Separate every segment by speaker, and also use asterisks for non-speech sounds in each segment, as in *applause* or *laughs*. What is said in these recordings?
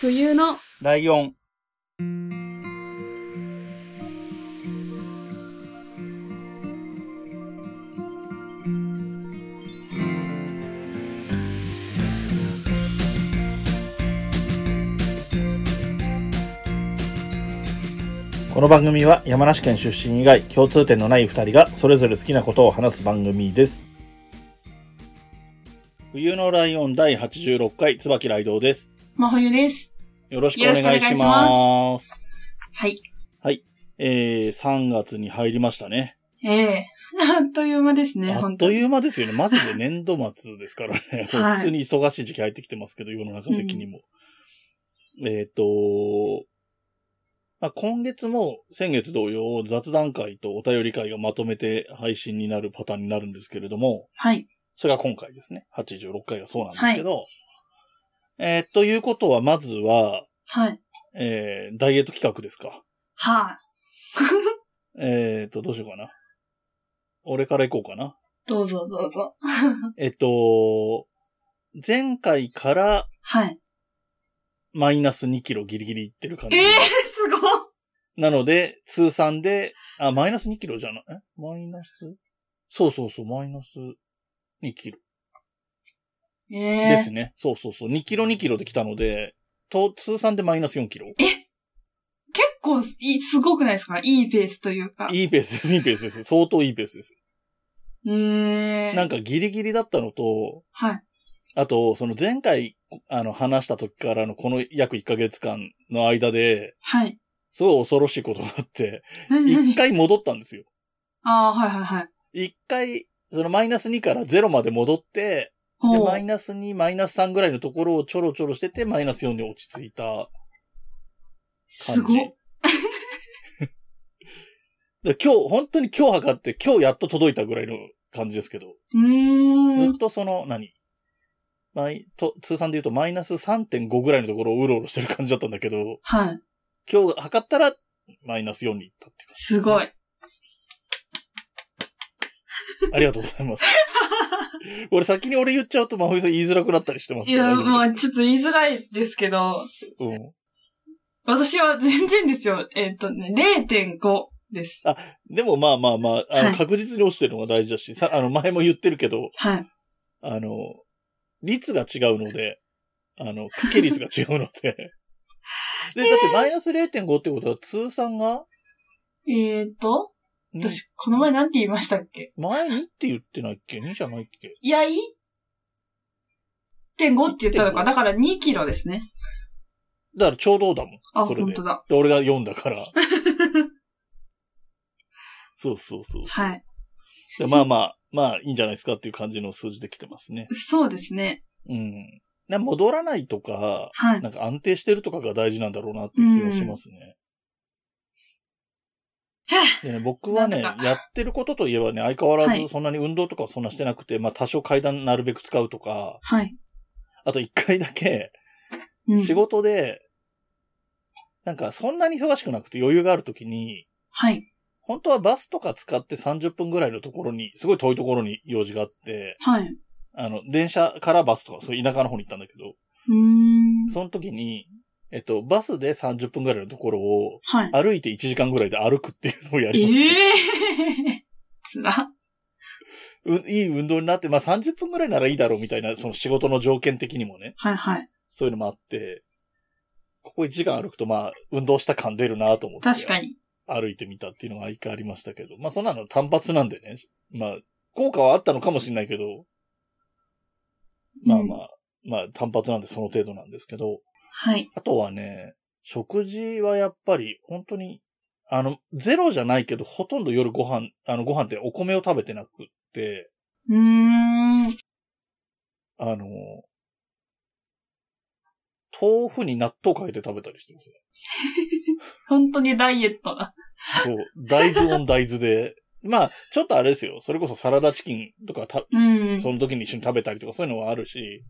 Speaker 1: 冬の
Speaker 2: ライオン。この番組は山梨県出身以外共通点のない2人がそれぞれ好きなことを話す番組です。冬のライオン第86回、椿雷道です。
Speaker 1: 真冬です。
Speaker 2: よろしくお願いし
Speaker 1: よろしくお願いし
Speaker 2: ま。
Speaker 1: ますはい。
Speaker 2: えー、3月に入りましたね。
Speaker 1: ええ *laughs* あっという間ですね、
Speaker 2: あっ
Speaker 1: 本
Speaker 2: と
Speaker 1: 当
Speaker 2: いう間ですよね。マジで年度末ですからね。
Speaker 1: はい
Speaker 2: 普通に忙しい時期入ってきてますけど、世の中的にも。えっ、とまあ、今月も先月同様、雑談会とお便り会がまとめて配信になるパターンになるんですけれども、
Speaker 1: はい。
Speaker 2: それが今回ですね。86回がそうなんですけど、えーということは、まずは、
Speaker 1: はい。
Speaker 2: えーダイエット企画ですか。
Speaker 1: はあ、
Speaker 2: えっ、と、どうしようかな。俺から行こうかな。
Speaker 1: どうぞどうぞ。
Speaker 2: えっと、前回から
Speaker 1: はい。
Speaker 2: マイナス2キロギリギリいってる感
Speaker 1: え
Speaker 2: じ。
Speaker 1: えすごっ
Speaker 2: なので、通算で、あ、マイナス2キロじゃない、えマイナスそうそうそう、マイナス2キロ
Speaker 1: え
Speaker 2: で
Speaker 1: え
Speaker 2: すね。そうそうそう、2キロ2キロできたので、と、通算でマイナス4キロ。
Speaker 1: 結構いい、すごくないですかいいペースというか。
Speaker 2: いいペースです、いいペースです。相当いいペースです。
Speaker 1: ええ
Speaker 2: なんかギリギリだったのと、
Speaker 1: はい。
Speaker 2: あと、その前回、あの、話した時からのこの約1ヶ月間の間で、
Speaker 1: はい。
Speaker 2: すごい恐ろしいことがあって、
Speaker 1: 何
Speaker 2: 一
Speaker 1: 何
Speaker 2: 回戻ったんですよ。
Speaker 1: ああ、はいはいはい。
Speaker 2: 一回、そのマイナス2から0まで戻って、で、
Speaker 1: お
Speaker 2: マ
Speaker 1: ー
Speaker 2: イナス2、マイナス3ぐらいのところをちょろちょろしてて、マイナス4に落ち着いた感じ。
Speaker 1: すごっ。
Speaker 2: *laughs* で今日、本当に今日測って、今日やっと届いたぐらいの感じですけど、
Speaker 1: うー
Speaker 2: ず
Speaker 1: ん
Speaker 2: っ。とその、何マイと通算で言うとマイナス3.5ぐらいのところをうろうろしてる感じだったんだけど、
Speaker 1: はい。
Speaker 2: 今日測ったら、マイナス4に行ったって感
Speaker 1: すごい。
Speaker 2: じ。ありがとうご
Speaker 1: *laughs*
Speaker 2: ざいます。俺先に俺言っちゃうと、まほいさん言いづらくなったりしてます
Speaker 1: い
Speaker 2: けど
Speaker 1: や、
Speaker 2: 大丈夫ですか
Speaker 1: まあちょっと言いづらいですけど、
Speaker 2: うん。
Speaker 1: 私は全然ですよ。えっ、とね、0.5です。
Speaker 2: でもまあまあまあ、あ
Speaker 1: は
Speaker 2: の
Speaker 1: い
Speaker 2: 確実に落ちてるのが大事だし、さあの前も言ってるけど、
Speaker 1: はい。
Speaker 2: あの、率が違うので、あの、かけ率が違うの
Speaker 1: *laughs*
Speaker 2: で。で、だってマイナス0.5ってことは通算が
Speaker 1: えっ、と、
Speaker 2: 2、
Speaker 1: 私、この前なんて言いましたっけ
Speaker 2: 前2って言ってないっけ ?2 じゃないっけ
Speaker 1: いや、1.5って言ったのか。
Speaker 2: 1.5
Speaker 1: だから2キロですね。
Speaker 2: だからちょうどだもん。
Speaker 1: あ、
Speaker 2: それ
Speaker 1: 本
Speaker 2: で
Speaker 1: 当。だ。
Speaker 2: で俺が4
Speaker 1: *laughs*
Speaker 2: だから。そうそうそう。
Speaker 1: はい。
Speaker 2: でまあまあ、まあいいんじゃないですかっていう感じの数字できてますね。
Speaker 1: そうですね。
Speaker 2: うん。な戻らないとか、
Speaker 1: はい。
Speaker 2: なんか安定してるとかが大事なんだろうなって気がしますね。でね僕はね、
Speaker 1: なん
Speaker 2: やってることといえばね、相変わら
Speaker 1: は
Speaker 2: ず
Speaker 1: い
Speaker 2: そんなに運動とかはそんなしてなくて、まあ多少階段なるべく使うとか、
Speaker 1: はい。
Speaker 2: あと一回だけ
Speaker 1: うん
Speaker 2: 仕事で、なんかそんなに忙しくなくて余裕があるときに、
Speaker 1: はい。
Speaker 2: 本当はバスとか使って30分ぐらいのところに、すごい遠いところに用事があって、
Speaker 1: はい。う
Speaker 2: あの、電車からバスとか、そういう田舎の方に行ったんだけど、
Speaker 1: ーん。
Speaker 2: その時に、えっと、バスで30分ぐらいのところを、
Speaker 1: はい。
Speaker 2: 歩いて1時間ぐらいで歩くっていうのをや
Speaker 1: え
Speaker 2: りまし
Speaker 1: えー。 *laughs* つら。
Speaker 2: た。ういい運動になって、まあ30分ぐらいならいいだろうみたいな、その仕事の条件的にもね、
Speaker 1: はいはい。
Speaker 2: そういうのもあって、ここ1時間歩くとまあ運動した感出るなと思って、
Speaker 1: 確かに。
Speaker 2: 歩いてみたっていうのが一回ありましたけど、まあそんなの単発なんでね、まあ効果はあったのかもしれないけど、まあま
Speaker 1: うん
Speaker 2: あ、まあ単発なんでその程度なんですけど、
Speaker 1: はい。
Speaker 2: あとはね、食事はやっぱり本当に、あの、ゼロじゃないけど、ほとんど夜ご飯、あの、ご飯ってお米を食べてなくって、
Speaker 1: うーん。
Speaker 2: あの、豆腐に納豆かけて食べたりしてますね。
Speaker 1: 本当にダイエットだ。
Speaker 2: そう、大豆オン大豆で。 *laughs* まあ、ちょっとあれですよ。それこそサラダチキンとかた、
Speaker 1: うん。
Speaker 2: その時に一緒に食べたりとかそういうのはあるし、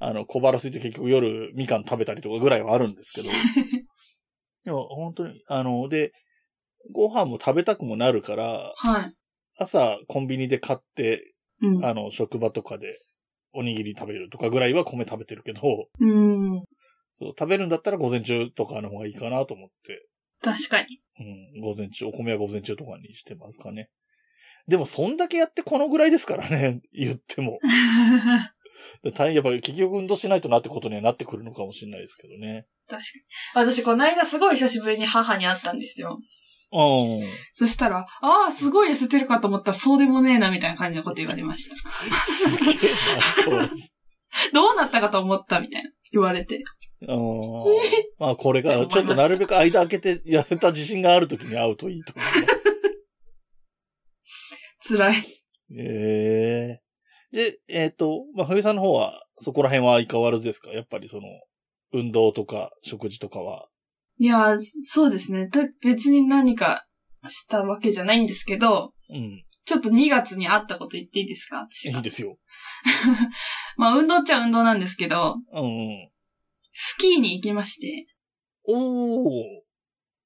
Speaker 2: あの、小腹空いて結局夜みかん食べたりとかぐらいはあるんですけど、でも本当に、あの、で、ご飯も食べたくもなるから、
Speaker 1: *laughs* はい。
Speaker 2: 朝コンビニで買って、
Speaker 1: うん。
Speaker 2: あの、職場とかでおにぎり食べるとかぐらいは米食べてるけど、
Speaker 1: うん。
Speaker 2: そう、食べるんだったら午前中とかの方がいいかなと思って、
Speaker 1: 確かに。 *laughs*
Speaker 2: うん、午前中、お米は午前中とかにしてますかね。でも、そんだけやってこのぐらいですからね、 *laughs* 言っても。大変やっぱり結局運動しないとなってことにはなってくるのかもしれないですけどね。
Speaker 1: 確かに。私、この間すごい久しぶりに母に会ったんですよ。
Speaker 2: うん。
Speaker 1: そしたら、ああ、すごい痩せてるかと思ったら、そうでもねえな、みたいな感じのこと言われました。 *laughs*
Speaker 2: すげえな、そう
Speaker 1: どうなったかと思った、みたいな。言われて。
Speaker 2: うんまあこれから、ちょっとなるべく間開けて痩せた自信がある時に会うといいと思います。
Speaker 1: 辛い。
Speaker 2: ええで、えっ、と、まあ、ふみさんの方は、そこら辺は相変わらずですかやっぱりその、運動とか食事とかは。
Speaker 1: いやー、そうですね。と別に何かしたわけじゃないんですけど、
Speaker 2: うん。
Speaker 1: ちょっと2月に会ったこと言っていいですか私
Speaker 2: い
Speaker 1: が
Speaker 2: いですよ。
Speaker 1: まあ、運動っちゃ運動なんですけど、
Speaker 2: うんうん。
Speaker 1: スキーに行きまして、
Speaker 2: おー。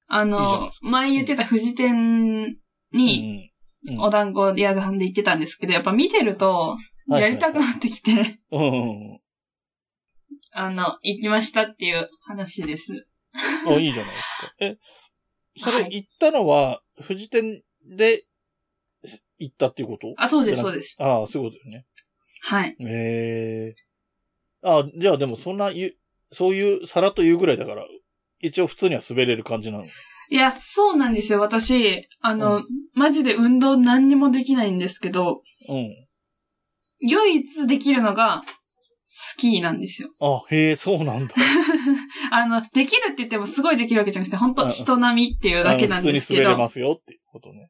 Speaker 1: あ
Speaker 2: いいじゃない
Speaker 1: の
Speaker 2: で、
Speaker 1: 前言ってた富士店に、
Speaker 2: うんうん
Speaker 1: お団子屋さんで行ってたんですけど、やっぱ見てると、
Speaker 2: はい
Speaker 1: やりたくなってきて、
Speaker 2: うんうん
Speaker 1: あの、行きましたっていう話です。
Speaker 2: うん。あ、いいじゃないですか。え、それ
Speaker 1: はい
Speaker 2: 行ったのは、富士店で行ったっていうこと
Speaker 1: あ、そうです、
Speaker 2: じゃ
Speaker 1: そ
Speaker 2: な
Speaker 1: うです。
Speaker 2: ああ、そういうことよね。
Speaker 1: はい。
Speaker 2: ええあ、じゃあでもそんな言う、そういう、さらっと言うぐらいだから、一応普通には滑れる感じなの。
Speaker 1: いや、そうなんですよ。私、あの、
Speaker 2: う
Speaker 1: マジで運動何にもできないんですけど、
Speaker 2: うん。
Speaker 1: 唯一できるのが、スキーなんですよ。 *laughs*
Speaker 2: あ、へえ、そうなんだ。
Speaker 1: あの、できるって言ってもすごいできるわけじゃなくて、本当人並みって *laughs* いうだけなんですけ
Speaker 2: あの普通に滑
Speaker 1: ど。
Speaker 2: れますよっていうことね。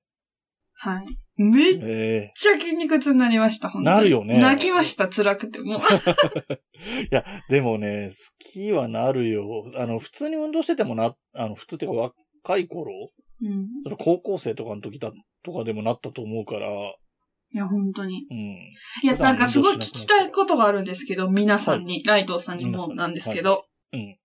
Speaker 1: はい。めっ
Speaker 2: え
Speaker 1: ちゃ筋肉痛になりました、本当に
Speaker 2: なるよね
Speaker 1: 泣きました、辛くて。もう。 *laughs*
Speaker 2: えいや、でもね、スキーはなるよ。あの、普通に運動しててもな、あの、普通っていうか若い頃
Speaker 1: うん。
Speaker 2: それ高校生とかの時だ、とかでもなったと思うから、
Speaker 1: いや、本当に。
Speaker 2: うん。
Speaker 1: いや、
Speaker 2: 普段
Speaker 1: なんかすごい聞きたいことがあるんですけど、皆さんに、ライトさんにもなんですけど。
Speaker 2: 皆さんにはいうん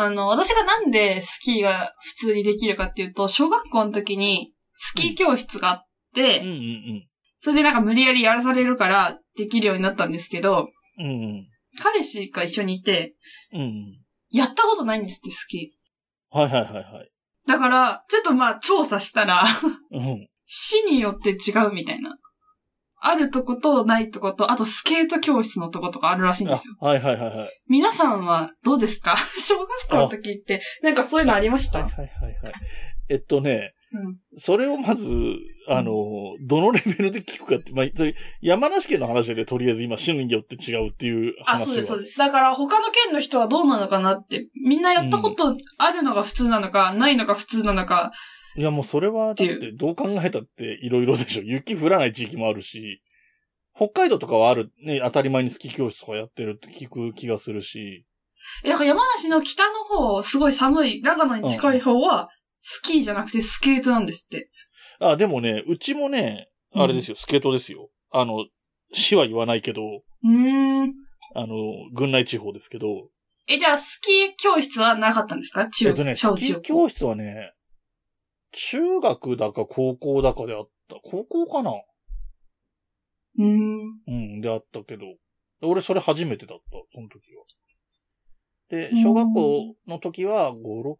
Speaker 1: あの、私がなんでスキーが普通にできるかっていうと、小学校の時にスキー教室があって、
Speaker 2: うんうん
Speaker 1: それでなんか無理やりやらされるからできるようになったんですけど、
Speaker 2: うん。うんうん。
Speaker 1: 彼氏が一緒にいて、
Speaker 2: うんうん。
Speaker 1: やったことないんですって、スキ
Speaker 2: はいはいはいはい。
Speaker 1: ー。だから、ちょっとまあ調査したら、 *laughs*
Speaker 2: うん。
Speaker 1: 市によって違うみたいな。あるとことないとこと、あとスケート教室のとことかあるらしいんですよ。
Speaker 2: あはいはいはいはい。
Speaker 1: 皆さんはどうですか *laughs* 小学校の時って、なんかそういうのありまし
Speaker 2: はい
Speaker 1: た
Speaker 2: はいはいはい。えっとね、
Speaker 1: うん
Speaker 2: それをまず、あの、どのレベルで聞くかって、まあ、それ、山梨県の話でとりあえず今、市によって違うっていう話は。
Speaker 1: あ、そうです、そうです。だから他の県の人はどうなのかなって、みんなやったことあるのが普通なのか、ないのが普通なのか、
Speaker 2: いや、もうそれは、だっ
Speaker 1: って
Speaker 2: て、どう考えたっていろいろでしょ。雪降らない地域もあるし、北海道とかはある、ね、当たり前にスキー教室とかやってるって聞く気がするし、
Speaker 1: え、だから山梨の北の方、すごい寒い、長野に近い方は、スキーじゃなくてスケートなんですって。
Speaker 2: あ、でもね、うちもね、あれですよ、スケートですよ。あの、市は言わないけど、
Speaker 1: うーん。
Speaker 2: あの、群内地方ですけど、
Speaker 1: え、じゃあ、スキー教室はなかったんですか中、
Speaker 2: えっとね、ス
Speaker 1: 小
Speaker 2: キ
Speaker 1: 中
Speaker 2: ー
Speaker 1: 高。
Speaker 2: 教室はね、中学だか高校だかであった。高校かな
Speaker 1: うーん。
Speaker 2: うん、であったけど。俺それ初めてだった、その時は。で
Speaker 1: う、ん
Speaker 2: 小学校の時は5、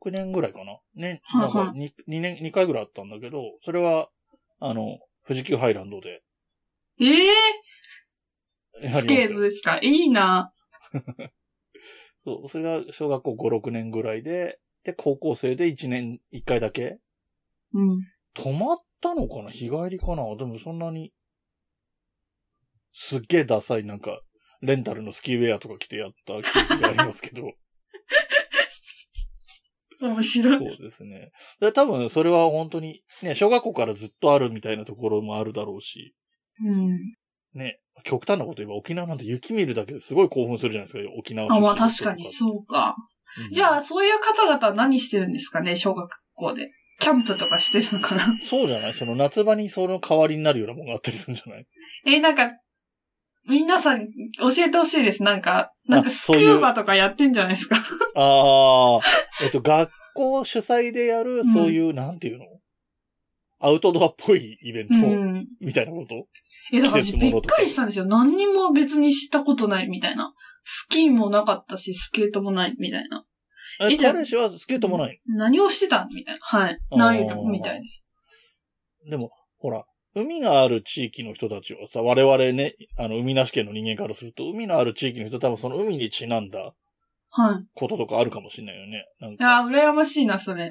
Speaker 2: 6年ぐらいかな。ね、
Speaker 1: はい
Speaker 2: なん
Speaker 1: はい
Speaker 2: か 2, 2年、2回ぐらいあったんだけど、それは、あの、富士急ハイランドで
Speaker 1: ええ
Speaker 2: やりま
Speaker 1: ス
Speaker 2: したよ
Speaker 1: ケートですかいいな。
Speaker 2: そう、それが小学校5、6年ぐらいで、で、高校生で1年1回だけ
Speaker 1: うん。
Speaker 2: 泊まったのかな日帰りかなでもそんなに、すっげえダサい、なんか、レンタルのスキーウェアとか着てやった記憶がありますけど、
Speaker 1: *laughs* 面白い。
Speaker 2: そうですね。で多分それは本当に、ね、小学校からずっとあるみたいなところもあるだろうし、
Speaker 1: うん。
Speaker 2: ね、極端なこと言えば沖縄なんて雪見るだけですごい興奮するじゃないですか、沖縄
Speaker 1: あ、まあ
Speaker 2: 出身の
Speaker 1: 確
Speaker 2: 人と
Speaker 1: かに、そうか。
Speaker 2: うん
Speaker 1: じゃあ、そういう方々は何してるんですかね小学校で。キャンプとかしてるのかな *laughs*
Speaker 2: そうじゃないその夏場にその代わりになるようなものがあったりするんじゃない
Speaker 1: え、なんか、皆さん、教えてほしいです。なんか、なんか
Speaker 2: あ
Speaker 1: ス
Speaker 2: そ
Speaker 1: キ
Speaker 2: ういう
Speaker 1: ューバとかやってんじゃないですか。
Speaker 2: ああ、えっ
Speaker 1: *laughs*
Speaker 2: と、学校主催でやる、そういう、なんていうのアウトドアっぽいイベント
Speaker 1: うん。
Speaker 2: みたいなこと、
Speaker 1: え、だから
Speaker 2: 季
Speaker 1: 私
Speaker 2: 節
Speaker 1: び
Speaker 2: も
Speaker 1: っ
Speaker 2: のとか
Speaker 1: くりしたんですよ。何にも別にしたことないみたいな。スキーもなかったし、スケートもないみたいな。
Speaker 2: え
Speaker 1: えじゃあ
Speaker 2: 彼氏はスケートもない。
Speaker 1: 何をしてたみたいな。はい。
Speaker 2: あー
Speaker 1: ないのみたいです。
Speaker 2: でも、ほら、海がある地域の人たちはさ、我々ね、あの、海なし県の人間からすると、海のある地域の人多分その海にちなんだ
Speaker 1: はい。
Speaker 2: こととかあるかもしれないよね。なん
Speaker 1: いやー、
Speaker 2: か、
Speaker 1: 羨ましいな、それ。
Speaker 2: あ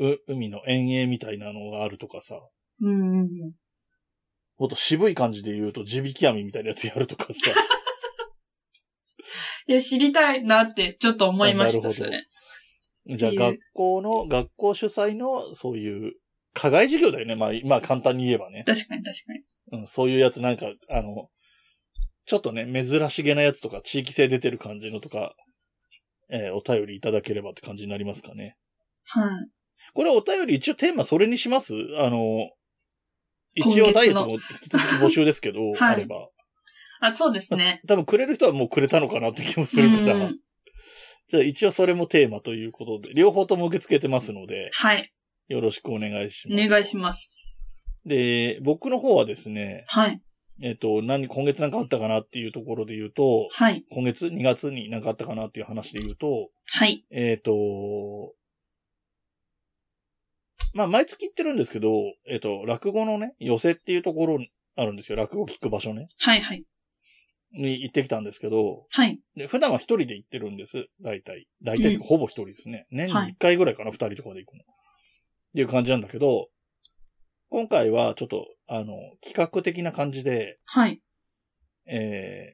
Speaker 2: のう海の遠泳みたいなのがあるとかさ、
Speaker 1: うんうんうん。
Speaker 2: もっと渋い感じで言うと、地引き網みたいなやつやるとかさ。
Speaker 1: いや、知りたいなって、ちょっと思いまし
Speaker 2: あな
Speaker 1: た、
Speaker 2: るほど
Speaker 1: それ。
Speaker 2: じゃあ
Speaker 1: いいえ
Speaker 2: 学校の、学校主催の、そういう、課外授業だよね。まあ、まあ簡単に言えばね。
Speaker 1: 確かに確かに。
Speaker 2: うん、そういうやつなんか、あの、ちょっとね、珍しげなやつとか、地域性出てる感じのとか、えーお便りいただければって感じになりますかね。
Speaker 1: はい。
Speaker 2: これお便り一応テーマそれにしますあの、一応ダイエットも引き続き募集ですけど、
Speaker 1: *laughs* はい
Speaker 2: あれば。
Speaker 1: あ、そうです
Speaker 2: *laughs*
Speaker 1: ね。
Speaker 2: 多分くれる人はもうくれたのかなって気もす
Speaker 1: う
Speaker 2: るから。
Speaker 1: ん。
Speaker 2: じゃあ一応それもテーマということで、両方とも受け付けてますので、
Speaker 1: はい。
Speaker 2: よろしくお願いし
Speaker 1: お
Speaker 2: ます。
Speaker 1: 願いします。
Speaker 2: で、僕の方はですね、
Speaker 1: はい。
Speaker 2: えっ、と、何、今月なんかあったかなっていうところで言うと、
Speaker 1: はい。
Speaker 2: 今月、2月になんかあったかなっていう話で言うと、
Speaker 1: はい。
Speaker 2: えっ、と、まあ、毎月行ってるんですけど、えっ、と、落語のね、寄席っていうところあるんですよ。落語聞く場所ね。
Speaker 1: はい。はい。
Speaker 2: に行ってきたんですけど、
Speaker 1: はい。
Speaker 2: で普段は一人で行ってるんです。大体。大体っていうか、ほぼ一人ですね。年に
Speaker 1: はい
Speaker 2: 一回ぐらいかな、二人とかで行くの。っていう感じなんだけど、今回はちょっと、あの、企画的な感じで、
Speaker 1: はい。
Speaker 2: え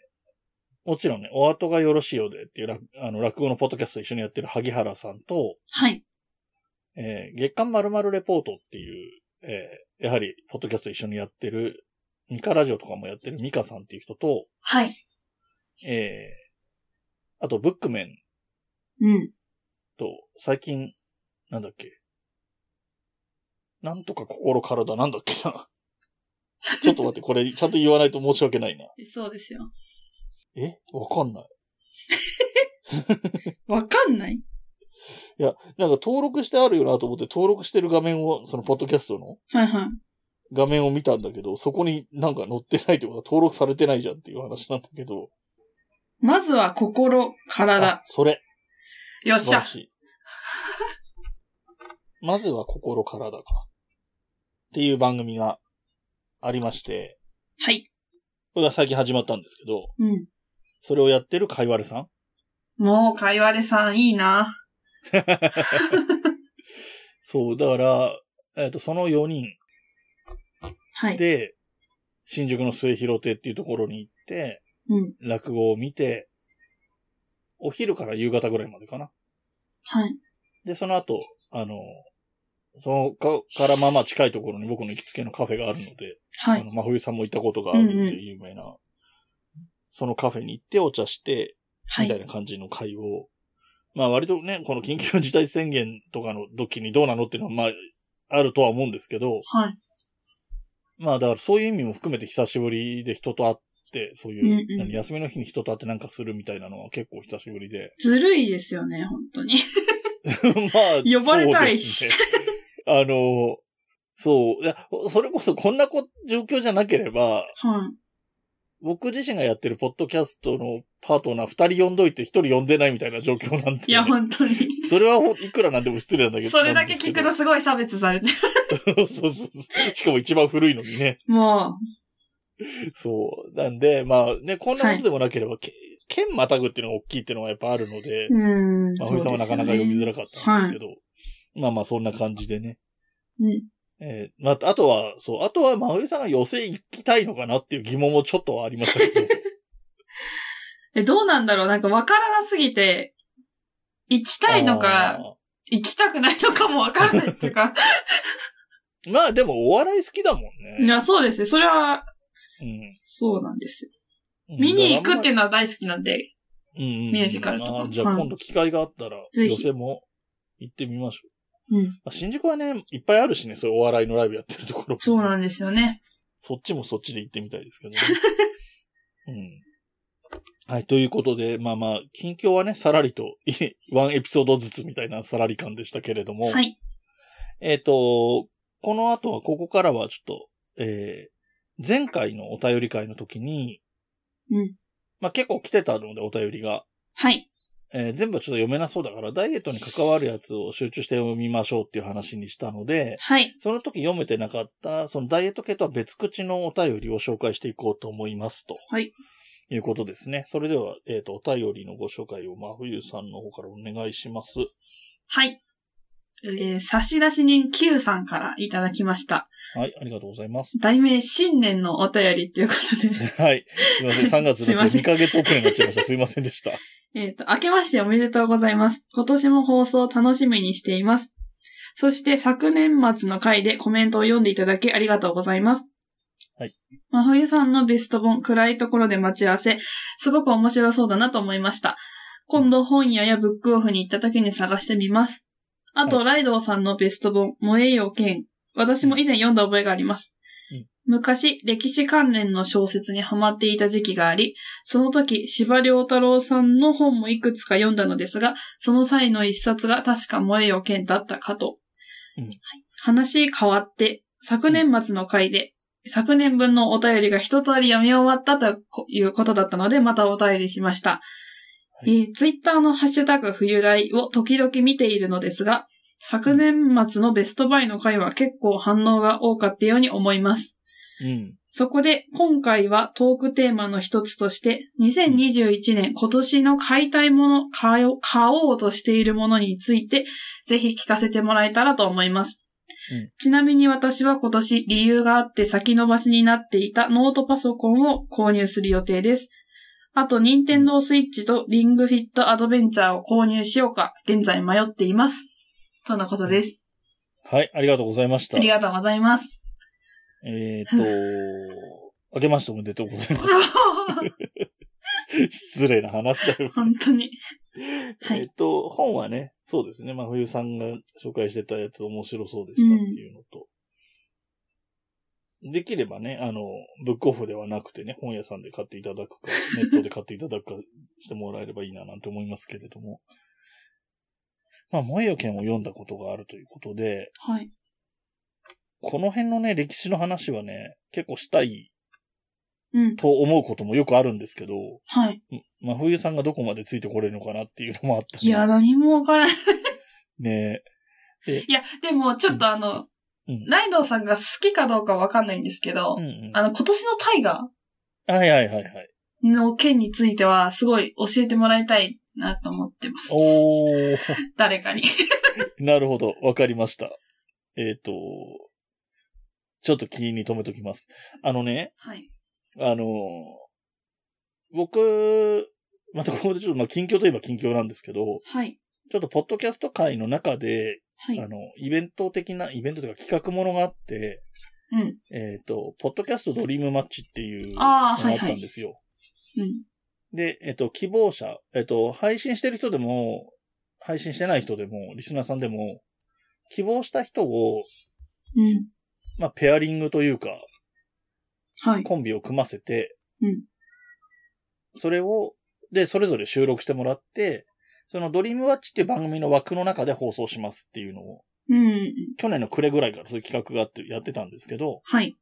Speaker 2: ー、もちろんね、お後がよろしいようでっていう落あの落語のポッドキャスト一緒にやってる萩原さんと、
Speaker 1: はい。
Speaker 2: えー、月刊〇〇レポートっていう、えー、やはり、ポッドキャスト一緒にやってる、ミカラジオとかもやってるミカさんっていう人と、
Speaker 1: はい。
Speaker 2: えー、あと、ブックメン
Speaker 1: うん。
Speaker 2: と、最近、なんだっけ。なんとか心からだ、なんだっけな。 *laughs* ちょっと待って、これ、ちゃんと言わないと申し訳ないな。
Speaker 1: そうですよ。
Speaker 2: えわかんない。
Speaker 1: わかんない
Speaker 2: いや、なんか登録してあるよなと思って、登録してる画面を、そのポッドキャストの
Speaker 1: はいはい。
Speaker 2: 画面を見たんだけど、そこになんか載ってないってことは登録されてないじゃんっていう話なんだけど。
Speaker 1: まずは心、
Speaker 2: あ
Speaker 1: 体。、
Speaker 2: それ。
Speaker 1: よっ
Speaker 2: 素
Speaker 1: し
Speaker 2: 晴
Speaker 1: ゃ
Speaker 2: ら。しい。 *laughs* まずは心からだか。っていう番組がありまして、
Speaker 1: はい。
Speaker 2: これが最近始まったんですけど、
Speaker 1: うん。
Speaker 2: それをやってるかいわれさん。
Speaker 1: もう、かいわれさん、いいな。
Speaker 2: そう、だから、えっ、と、その4人
Speaker 1: はい。
Speaker 2: で、新宿の末広亭っていうところに行って、
Speaker 1: うん。
Speaker 2: 落語を見て、お昼から夕方ぐらいまでかな。
Speaker 1: はい。
Speaker 2: で、その後、あの、そのかからまあまあ近いところに僕の行きつけのカフェがあるので、
Speaker 1: は
Speaker 2: あ
Speaker 1: い。
Speaker 2: の、真冬さんも行ったことがあるの
Speaker 1: うんう
Speaker 2: で、
Speaker 1: ん
Speaker 2: 有名な、そのカフェに行ってお茶して、
Speaker 1: は
Speaker 2: みたい
Speaker 1: い。
Speaker 2: な感じの会を、まあ割とね、この緊急事態宣言とかの時にどうなのっていうのは、まあ、あるとは思うんですけど、
Speaker 1: はい。
Speaker 2: まあだからそういう意味も含めて久しぶりで人と会って、そういう、
Speaker 1: うんうん
Speaker 2: 何休みの日に人と会ってなんかするみたいなのは結構久しぶり
Speaker 1: *laughs*
Speaker 2: で。
Speaker 1: ずるいですよね、本当に。
Speaker 2: まあ、
Speaker 1: 呼ばれたいし
Speaker 2: そうですね。あの、そう。いや、それこそこんなこ状況じゃなければ、
Speaker 1: は
Speaker 2: 僕自身がやってるポッドキャストのパートナー二人呼んどいて一人呼んでないみたいな状況なんて。
Speaker 1: い。いや、本
Speaker 2: *laughs*
Speaker 1: 当に。
Speaker 2: それはほんいくらなんでも失礼なんだけど。
Speaker 1: それだけ聞くと
Speaker 2: なんです
Speaker 1: ごい差別されて。
Speaker 2: けどそうそうそう。しかも一番古いのにね。
Speaker 1: も
Speaker 2: そう。なんで、まあね、こんなことでもなければ、け剣またぐっていうのが大きいっていうのがやっぱあるので、
Speaker 1: う、うーん。
Speaker 2: まあ、ふさんはなかなか読みづらかったんですけど、まあまあそんな感じでね。
Speaker 1: うん。
Speaker 2: えー、まあ、あとは、そう、あとは、まゆさんが寄せ行きたいのかなっていう疑問もちょっとはありました
Speaker 1: *laughs*
Speaker 2: けど、
Speaker 1: え、どうなんだろうなんかわからなすぎて、行きたいのか、行きたくないのかもわからないっていう
Speaker 2: *laughs*
Speaker 1: か。
Speaker 2: あー。まあでもお笑い好きだもん
Speaker 1: い
Speaker 2: ね。
Speaker 1: や、そうですね。それは、
Speaker 2: うん
Speaker 1: そうなんですよ。
Speaker 2: う
Speaker 1: *laughs*
Speaker 2: ん
Speaker 1: 見に行くってい
Speaker 2: だ
Speaker 1: うのは大好きなんで。
Speaker 2: からあんまりうんうん
Speaker 1: ミュージカルとか
Speaker 2: まあじゃあ
Speaker 1: はい
Speaker 2: 今度機会があったら、
Speaker 1: ぜ
Speaker 2: 寄
Speaker 1: ひ
Speaker 2: せも行ってみましょ
Speaker 1: うん
Speaker 2: う。。まあ、新宿はね、いっぱいあるしね、そういうお笑いのライブやってるところ。
Speaker 1: そうなんですよね。
Speaker 2: そっちもそっちで行ってみたいですけどね。 *laughs* うん。はい、ということで、まあまあ、近況はね、さらりと、 *laughs* いワンエピソードずつみたいなさらり感でしたけれども、
Speaker 1: はい。
Speaker 2: えっ、と、この後は、ここからはちょっと、えー、前回のお便り会の時に、
Speaker 1: うん
Speaker 2: まあ結構来てたので、お便りが。
Speaker 1: はい。
Speaker 2: えー全部ちょっと読めなそうだから、ダイエットに関わるやつを集中して読みましょうっていう話にしたので、
Speaker 1: はい。
Speaker 2: その時読めてなかった、そのダイエット系とは別口のお便りを紹介していこうと思いますと。
Speaker 1: はい。
Speaker 2: いうことですね。それでは、えっ、と、お便りのご紹介を真冬さんの方からお願いします。
Speaker 1: はい。えー、差出人 Q さんからいただきました。
Speaker 2: はい、ありがとうございます。 *laughs*
Speaker 1: 題名、新年のお便りっていうことで。
Speaker 2: はい。すいません。3
Speaker 1: *laughs*
Speaker 2: 月
Speaker 1: すい
Speaker 2: の
Speaker 1: ません
Speaker 2: 2ヶ月遅れになっちゃいました。すいませんでした。
Speaker 1: えっ、と、明けましておめでとうございます。今年も放送を楽しみにしています。そして昨年末の回でコメントを読んでいただきありがとうございます。
Speaker 2: はい。
Speaker 1: 真冬さんのベスト本、暗いところで待ち合わせ、すごく面白そうだなと思いました。今度本屋やブックオフに行った時に探してみます。あと、ライドウさんのベスト本、燃えよ剣。私も以前読んだ覚えがあります。
Speaker 2: うん
Speaker 1: 昔、歴史関連の小説にハマっていた時期があり、その時、柴良太郎さんの本もいくつか読んだのですが、その際の一冊が確か萌えよ剣だったかと。
Speaker 2: うん
Speaker 1: はい話変わって、昨年末の回で、昨年分のお便りが一通り読み終わったということだったので、またお便りしました。
Speaker 2: はい
Speaker 1: えツイッター Twitter のハッシュタグ冬来を時々見ているのですが、昨年末のベストバイの回は結構反応が多かったように思います。
Speaker 2: うん。
Speaker 1: そこで今回はトークテーマの一つとして、2021年今年の買いたいもの、買お買おうとしているものについて、ぜひ聞かせてもらえたらと思います。
Speaker 2: うん
Speaker 1: ちなみに私は今年理由があって先延ばしになっていたノートパソコンを購入する予定です。あと、任天堂スイッチとリングフィットアドベンチャーを購入しようか、現在迷っています。とのことです。
Speaker 2: はい、ありがとうございました
Speaker 1: あ。りがとうございます。
Speaker 2: えっ、と、明けましておめでとうござい
Speaker 1: *laughs*
Speaker 2: ます。失礼な話だよ。
Speaker 1: 本当に。はい
Speaker 2: えっと、本はね、そうですね。まあ、冬さんが紹介してたやつ面白そうでしたっていうのと。できればね、あの、ブックオフではなくてね、本屋さんで買っていただく
Speaker 1: *laughs*
Speaker 2: か、ネットで買っていただくかしてもらえればいいななんて思いますけれども。まあ、萌えよ剣を読んだことがあるということで、
Speaker 1: はい。
Speaker 2: この辺のね、歴史の話はね、結構したい
Speaker 1: うん。
Speaker 2: と思うこともよくあるんですけど、
Speaker 1: はい。
Speaker 2: 真冬さんがどこまでついてこれるのかなっていうのもあったし
Speaker 1: いや、何もわからない。 *laughs*
Speaker 2: ね
Speaker 1: いや、でも、ちょっとあの、
Speaker 2: うん
Speaker 1: ライドウさんが好きかどうかわかんないんですけど、
Speaker 2: うんうん
Speaker 1: あの、今年のタイガ
Speaker 2: はいはいはいはい。
Speaker 1: ーの件については、すごい教えてもらいたいなと思ってます。
Speaker 2: おー、 *laughs*
Speaker 1: 誰かに。
Speaker 2: なるほど。わかりました。えっ、と、ちょっと気に留めときます。あのね、
Speaker 1: はい。
Speaker 2: あのー僕、またここでちょっと、まあ、近況といえば近況なんですけど、
Speaker 1: はい。
Speaker 2: ちょっとポッドキャスト界の中で、
Speaker 1: はい。
Speaker 2: あの、イベント的な、イベントというか企画ものがあって、
Speaker 1: うん。
Speaker 2: えっ、と、ポッドキャストドリームマッチっていうのがあ
Speaker 1: あ
Speaker 2: っ
Speaker 1: ーはいはい
Speaker 2: たんですよ。
Speaker 1: うん。
Speaker 2: で、えっと、希望者、えっと、配信してる人でも、配信してない人でも、リスナーさんでも、希望した人を、
Speaker 1: うん。
Speaker 2: まあ、ペアリングというか、
Speaker 1: はい。
Speaker 2: コンビを組ませて、
Speaker 1: うん
Speaker 2: それを、で、それぞれ収録してもらって、そのドリームワッチっていう番組の枠の中で放送しますっていうのを、
Speaker 1: うん。
Speaker 2: 去年の暮れぐらいからそういう企画があってやってたんですけど、
Speaker 1: はい。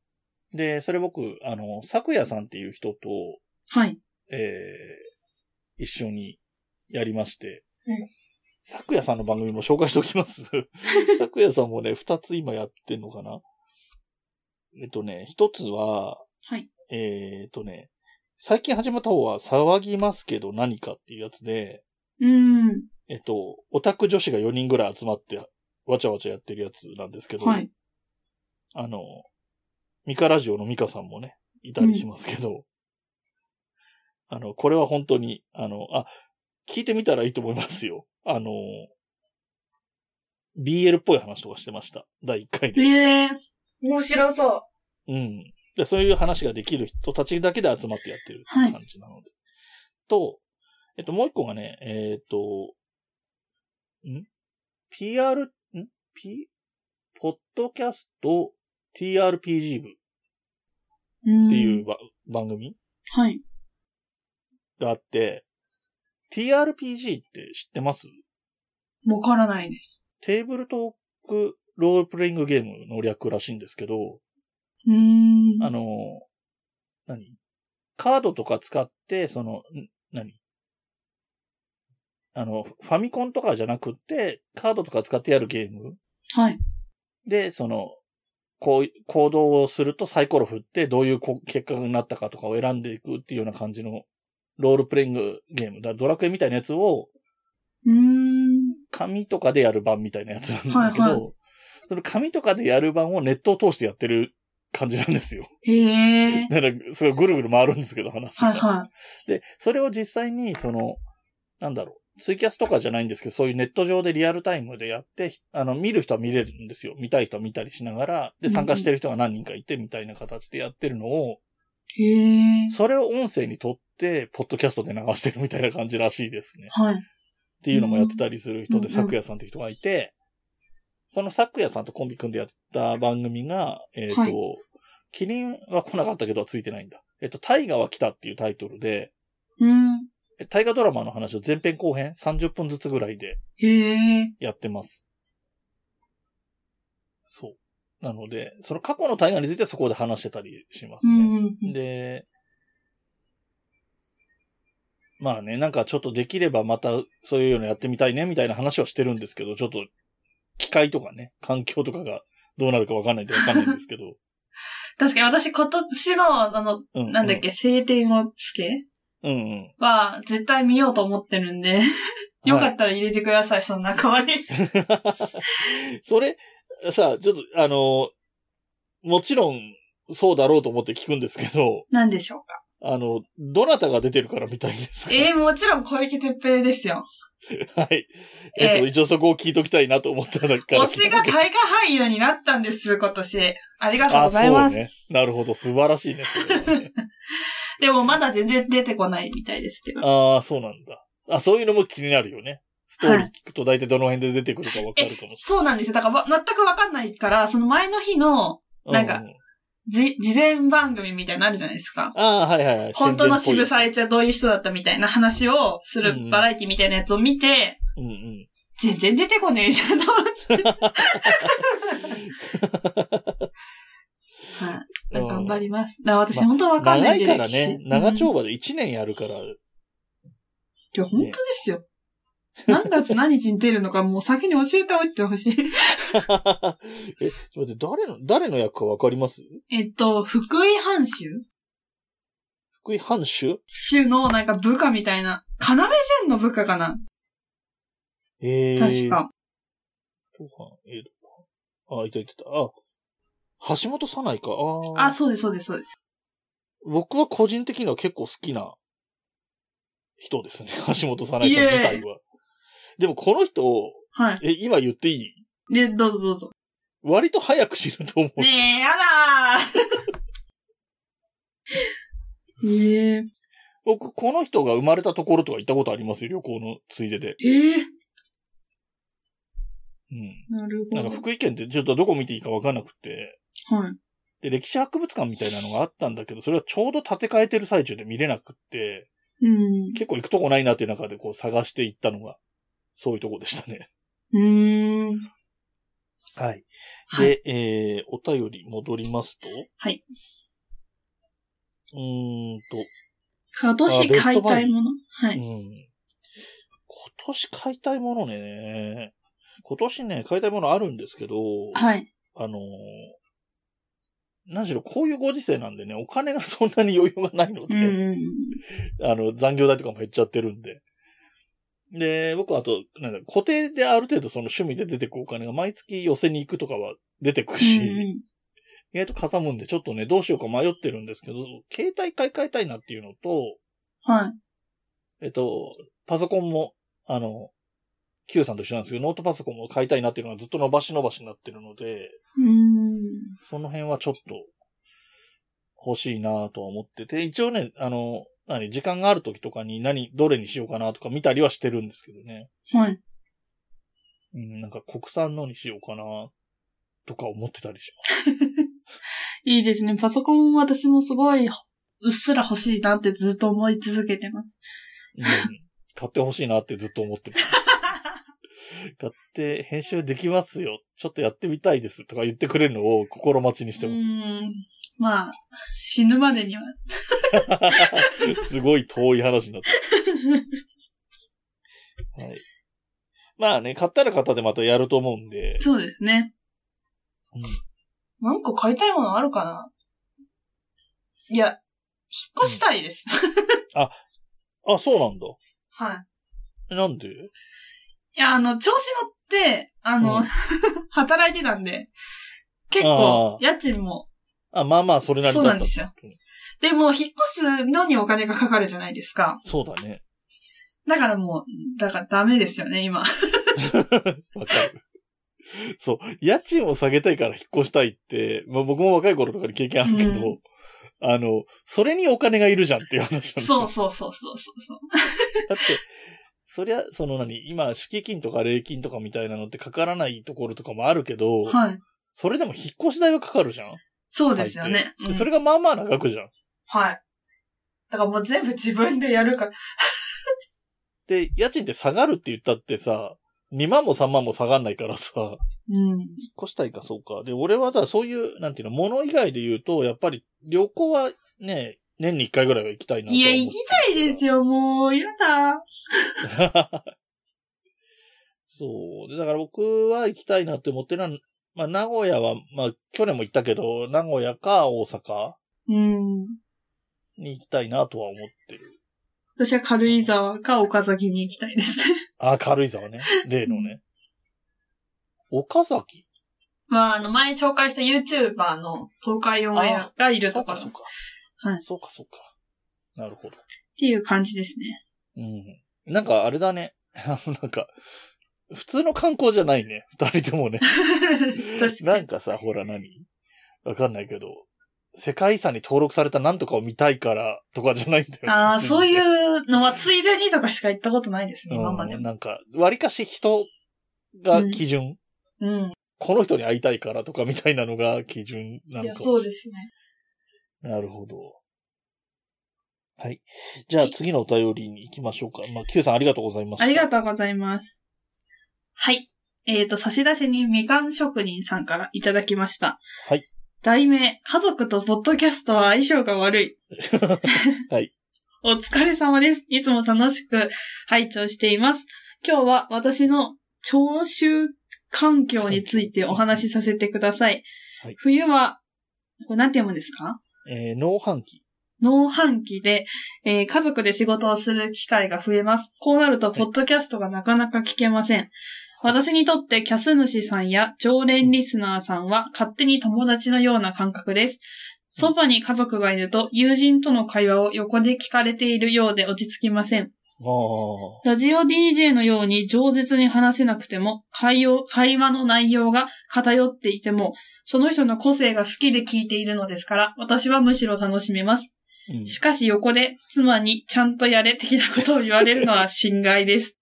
Speaker 2: で、それ僕、あの、昨夜さんっていう人と、
Speaker 1: はい。
Speaker 2: えー一緒にやりまして
Speaker 1: うん、
Speaker 2: 昨夜さんの番組も紹介してお
Speaker 1: *laughs*
Speaker 2: きます。昨夜さんもね、二つ今やってんのかなえっとね、一つは、
Speaker 1: はい。
Speaker 2: えーっとね、最近始まった方は騒ぎますけど何かっていうやつで、
Speaker 1: うん。
Speaker 2: えっと、オタク女子が4人ぐらい集まって、わちゃわちゃやってるやつなんですけど、
Speaker 1: はい。
Speaker 2: あの、ミカラジオのミカさんもね、いたりしますけど、あの、これは本当に、あの、あ、聞いてみたらいいと思いますよ。あの、BL っぽい話とかしてました。第1回で。
Speaker 1: ええー。面白そう。
Speaker 2: うん。でそういう話ができる人たちだけで集まってやってるっていう感じなので。と、えっと、もう一個がね、えっと、ん ?PR、ん ?P? ポッドキャスト TRPG 部。
Speaker 1: うん。
Speaker 2: っていう。ば番組
Speaker 1: はい。
Speaker 2: があって、TRPG って知ってます
Speaker 1: わからないです。
Speaker 2: テーブルトークロールプレイングゲームの略らしいんですけど、
Speaker 1: うーん。
Speaker 2: あの、何カードとか使って、その、ん何あの、ファミコンとかじゃなくって、カードとか使ってやるゲーム
Speaker 1: はい。
Speaker 2: で、その、こう、行動をするとサイコロ振って、どういうこ結果になったかとかを選んでいくっていうような感じの、ロールプレイングゲーム。だからドラクエみたいなやつを、
Speaker 1: うーん。
Speaker 2: 紙とかでやる版みたいなやつなんだけど、
Speaker 1: はいは
Speaker 2: その紙とかでやる版をネットを通してやってる感じなんですよ。 *laughs*
Speaker 1: へえ。
Speaker 2: だから、すごいぐるぐる回るんですけど、話が。
Speaker 1: はいは
Speaker 2: で、それを実際に、その、なんだろう、ツイキャスとかじゃないんですけど、そういうネット上でリアルタイムでやって、ひあの、見る人は見れるんですよ。見たい人は見たりしながら、
Speaker 1: うん
Speaker 2: で、
Speaker 1: うん
Speaker 2: 参加してる人が何人かいて、みたいな形でやってるのを、
Speaker 1: い。へえ。
Speaker 2: それを音声にとって、ポッドキャストで流してるみたいな感じらしいですね。
Speaker 1: はい。
Speaker 2: っていうのもやってたりする人
Speaker 1: うんう
Speaker 2: で、
Speaker 1: ん
Speaker 2: 咲夜さんって人がいて、その咲夜さんとコンビ組んでやった番組が、えっ、と、
Speaker 1: はい
Speaker 2: キリンは来なかったけど、ついてないんだ。えっと、大河は来たっていうタイトルで、
Speaker 1: うん。
Speaker 2: 大河ドラマの話を前編後編30分ずつぐらいで
Speaker 1: へえ。
Speaker 2: やってます。そう。なので、その過去の大河についてはそこで話してたりします
Speaker 1: う
Speaker 2: ね。
Speaker 1: ん。
Speaker 2: で、まあね、なんかちょっとできればまたそういうのやってみたいねみたいな話はしてるんですけど、ちょっと機械とかね、環境とかがどうなるかわかんないんでわかんないんですけど。
Speaker 1: 確かに私今年の、あの、
Speaker 2: う
Speaker 1: なんだっけ、晴天をつけ
Speaker 2: うんうん。
Speaker 1: は、絶対見ようと思ってるんで、よか
Speaker 2: はい
Speaker 1: ったら入れてください、その仲間
Speaker 2: *laughs*
Speaker 1: に。
Speaker 2: それ、さあ、ちょっと、あの、もちろん、そうだろうと思って聞くんですけど、
Speaker 1: 何でし
Speaker 2: *laughs*
Speaker 1: ょうか。
Speaker 2: あの、どなたが出てるからみたいですか
Speaker 1: ええもちろん小池徹平ですよ。
Speaker 2: はい。
Speaker 1: え
Speaker 2: えっと、一応そこを聞いときたいなと思っただから。
Speaker 1: 推しが大河俳優になったんです、今年。ありがとうご
Speaker 2: あ、
Speaker 1: ざいま
Speaker 2: そう
Speaker 1: す。
Speaker 2: ね。なるほど、素晴らしいね。それはね
Speaker 1: でもまだ全然出てこないみたいですけど。
Speaker 2: ああ、そうなんだ。あ、そういうのも気になるよね。ストーリー聞くと大体どの辺で出てくるかわかるかもし
Speaker 1: そうなんですよ。だからわ全くわかんないから、その前の日の
Speaker 2: れない。
Speaker 1: *laughs* なんか
Speaker 2: うう
Speaker 1: じ、事前番組みたいなのあるじゃないですか。
Speaker 2: ああ、はいはいはい。
Speaker 1: 本当の渋沢栄
Speaker 2: イ。
Speaker 1: 一はどういう人だったみたいな話をす
Speaker 2: うん
Speaker 1: るバラエティみたいなやつを見て、
Speaker 2: うんうん。
Speaker 1: 全然出てこねえじゃんと思って。はい。頑張ります。だから私、
Speaker 2: まあ
Speaker 1: 本当わかんな
Speaker 2: 長
Speaker 1: い
Speaker 2: い
Speaker 1: ん
Speaker 2: か
Speaker 1: で、
Speaker 2: ら
Speaker 1: 歴
Speaker 2: ね
Speaker 1: 史。、
Speaker 2: 長
Speaker 1: うんい
Speaker 2: 丁場で1年やるから、 *laughs*
Speaker 1: や、本当ですよ。何月何日に出るのか、もう先に教えておいてほしい。
Speaker 2: え、ちょっと待って、誰の、誰の役かわかります
Speaker 1: えっと、福井藩州
Speaker 2: 福井藩主
Speaker 1: 州のなんか部下みたいな、要潤の部下かな
Speaker 2: ええ
Speaker 1: 確。か。
Speaker 2: ご飯、えーご飯あ、いたいたいた。あ、橋本さないか。
Speaker 1: あ、
Speaker 2: ああ
Speaker 1: そうです、そうです、そうです。
Speaker 2: 僕は個人的には結構好きな人ですね。橋本さないさ
Speaker 1: イエ
Speaker 2: ん
Speaker 1: ー
Speaker 2: 自
Speaker 1: イ
Speaker 2: 体は。でもこの人、
Speaker 1: はい。
Speaker 2: え、今言っていい
Speaker 1: で、どうぞどうぞ。
Speaker 2: 割と早く死ぬと思う。
Speaker 1: ねえ、やだーええ
Speaker 2: 僕、この人が生まれたところとか行ったことありますよ。旅行のついでで。
Speaker 1: ええ
Speaker 2: うん。
Speaker 1: なる
Speaker 2: な
Speaker 1: ほど
Speaker 2: んか。福井県ってちょっとどこ見ていいかわかんなくて。
Speaker 1: はい。
Speaker 2: で、歴史博物館みたいなのがあったんだけど、それはちょうど建て替えてる最中で見れなくって。
Speaker 1: うん。
Speaker 2: 結構行くとこないなっていう中でこう探して行ったのが、そういうとこでしたね。
Speaker 1: うーん。
Speaker 2: はい。
Speaker 1: は
Speaker 2: で、えー、お便り戻りますと。
Speaker 1: はい。
Speaker 2: うーんと、
Speaker 1: 今
Speaker 2: あ
Speaker 1: 年
Speaker 2: ベストバイ
Speaker 1: 買いたいものは
Speaker 2: うん。
Speaker 1: い。
Speaker 2: 今年買いたいものね。今年ね、買いたいものあるんですけど、
Speaker 1: はい。
Speaker 2: あのー何しろこういうご時世なんでね、お金が *laughs* そんなに余裕がないの
Speaker 1: う
Speaker 2: で、
Speaker 1: んうん
Speaker 2: あの、残業代とかも減っちゃってるんで。で、僕はあと、なんだ、固定である程度その趣味で出てくお金が毎月寄せに行くとかは出てくし、
Speaker 1: うん。うん
Speaker 2: 意外とかさむんでちょっとね、どうしようか迷ってるんですけど、携帯買い替えたいなっていうのと、
Speaker 1: はい。
Speaker 2: えっと、パソコンも、あの、Q さんと一緒なんですけど、ノートパソコンも買いたいなっていうのはずっと伸ばし伸ばしになってるので、
Speaker 1: うん。
Speaker 2: その辺はちょっと欲しいなとは思ってて、一応ね、あの、何、時間がある時とかに何、どれにしようかなとか見たりはしてるんですけどね。
Speaker 1: はい。
Speaker 2: うん、なんか国産のにしようかなとか思ってたりし
Speaker 1: いいですね。パソコン私もすごい、うっすら欲しいなってずっと思い続けてます。
Speaker 2: ます。うん、 *laughs* 買ってほしいなってずっと思ってます。買って編集できますよ。ちょっとやってみたいですとか言ってくれるのを心待ちにして
Speaker 1: う
Speaker 2: ます。
Speaker 1: ん。まあ、死ぬまでには。
Speaker 2: *laughs* すごい遠い話になってる。はい。まあね、買ったら買ったでまたやると思うんで、
Speaker 1: そうですね。
Speaker 2: うん
Speaker 1: なんか買いたいものあるかないや、引っ越したいです。
Speaker 2: あ、そうなんだ。
Speaker 1: はい。
Speaker 2: えなんで
Speaker 1: いや、あの、調子乗って、あの、
Speaker 2: うん
Speaker 1: *laughs* 働いてたんで、結
Speaker 2: あ
Speaker 1: 構
Speaker 2: あ、
Speaker 1: 家賃も、
Speaker 2: あ、まあまあ、それなり
Speaker 1: そ
Speaker 2: だっ
Speaker 1: う
Speaker 2: た。
Speaker 1: なんですよ。でも、引っ越すのにお金がかかるじゃないですか。
Speaker 2: そうだね。
Speaker 1: だからもう、だからダメですよね、 *laughs* 今。
Speaker 2: わかる。そう。家賃を下げたいから引っ越したいって、まあ僕も若い頃とかに経験あるけど、
Speaker 1: う
Speaker 2: あの、それにお金がいるじゃんっていう話なんです
Speaker 1: そうそうそうそうそうそう。
Speaker 2: だって、そりゃ、その何、今、敷金とか礼金とかみたいなのってかからないところとかもあるけど、
Speaker 1: はい。
Speaker 2: それでも引っ越し代がかかるじゃん
Speaker 1: そうですよね。
Speaker 2: で
Speaker 1: うん
Speaker 2: それがまあまあな額じゃん。
Speaker 1: はい。だからもう全部自分でやるから。
Speaker 2: で、家賃って下がるって言ったってさ、2万も3万も下がんないからさ、
Speaker 1: うん。
Speaker 2: 引っ越したいかそうか。で、俺はだ、そういう、なんていうの、物以外で言うと、やっぱり旅行はね、年に1回ぐらいは行きたいなと
Speaker 1: いや、行きたいです
Speaker 2: よ。
Speaker 1: よ、もう。やだ。
Speaker 2: そう。で、だから僕は行きたいなって思ってるのは、まあ、名古屋は、まあ、去年も行ったけど、名古屋か大阪
Speaker 1: うん。
Speaker 2: に行きたいなとは思ってる。
Speaker 1: 私は軽井沢か岡崎に行きたいです。 *laughs*
Speaker 2: あ、軽井沢ね。例のね。岡崎
Speaker 1: まあ、あの、前紹介した YouTuber の東海オンエアがいる
Speaker 2: そ
Speaker 1: と
Speaker 2: う
Speaker 1: こ
Speaker 2: か、
Speaker 1: ろ
Speaker 2: そ
Speaker 1: っ
Speaker 2: うか。
Speaker 1: はい
Speaker 2: そうか、そうか。なるほど。
Speaker 1: ていう感じです
Speaker 2: *laughs*
Speaker 1: ね。
Speaker 2: うん。なんかあれだね。 *laughs* あの、なんか、普通の観光じゃないね。二人ともね。
Speaker 1: *laughs* 確か
Speaker 2: な
Speaker 1: に
Speaker 2: ん。かさ、ほら何わかんないけど、世界遺産に登録されたなんとかを見たいからとかじゃないんだよ。
Speaker 1: ああ、そういううのはついでにとかしか行ったことないですね、
Speaker 2: ん。
Speaker 1: 今までも。
Speaker 2: なんか、割かし人が基準、
Speaker 1: うん。
Speaker 2: この人に会いたいからとかみたいなのが基準ないの
Speaker 1: や、
Speaker 2: かも
Speaker 1: そうですね。
Speaker 2: なるほど。はい。じゃあ次のお便りに行きましょうか。まあ、Q さんありがとうございました。
Speaker 1: ありが
Speaker 2: と
Speaker 1: とうございます。はい。えっ、と、差出人みかん職人さんからいただきました。
Speaker 2: はい。
Speaker 1: 題名、家族とポッドキャストは相性が悪い。
Speaker 2: *laughs* はい。
Speaker 1: *laughs* お疲れ様です。いつも楽しく拝聴しています。今日は私の聴衆環境についてお話しさせてください。
Speaker 2: はい
Speaker 1: 冬は、これ何て読むんですか
Speaker 2: えー、農飯器。
Speaker 1: 農繁期で、えー家族で仕事をする機会が増えます。こうなると、
Speaker 2: はい
Speaker 1: ポッドキャストがなかなか聞けません。私にとって、キャス主さんや常連リスナーさんは、勝手に友達のような感覚です。そばに家族がいると、友人との会話を横で聞かれているようで落ち着きません。
Speaker 2: ああ。
Speaker 1: ラジオ DJ のように饒舌に話せなくても、会話会話の内容が偏っていても、その人の個性が好きで聞いているのですから、私はむしろ楽しめます。
Speaker 2: うん
Speaker 1: しかし横で妻にちゃんとやれ的なことを言われるのは心外
Speaker 2: *laughs*
Speaker 1: です。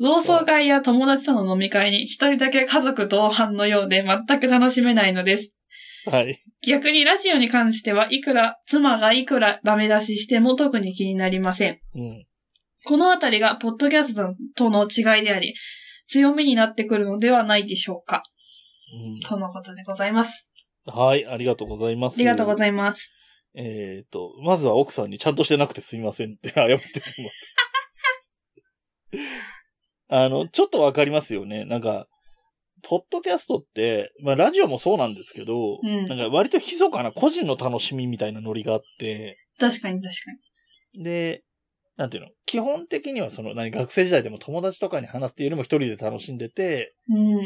Speaker 1: 同窓会や友達との飲み会に一人だけ家族同伴のようで全く楽しめないのです。
Speaker 2: はい。
Speaker 1: 逆にラジオに関してはいくら、妻がいくらダメ出ししても特に気になりません。
Speaker 2: うん。
Speaker 1: このあたりがポッドキャストとの違いであり、強みになってくるのではないでしょうか。とのことでございます。
Speaker 2: うん、はい。ありがとうございます。
Speaker 1: ありがとうご
Speaker 2: い
Speaker 1: ざいます。
Speaker 2: ます。えっ、と、まずは奥さんにちゃんとしてなくてすいませんって *laughs* 謝っておきます。あの、ちょっとわかりますよね。なんか、ポッドキャストって、まあラジオもそうなんですけど、
Speaker 1: うん
Speaker 2: なんか割と密かな個人の楽しみみたいなノリがあって、
Speaker 1: 確かに確か
Speaker 2: で、なんていうの基本的にはその、何、学生時代でも友達とかに話すっていうよりも一人で楽しんでて、
Speaker 1: に。う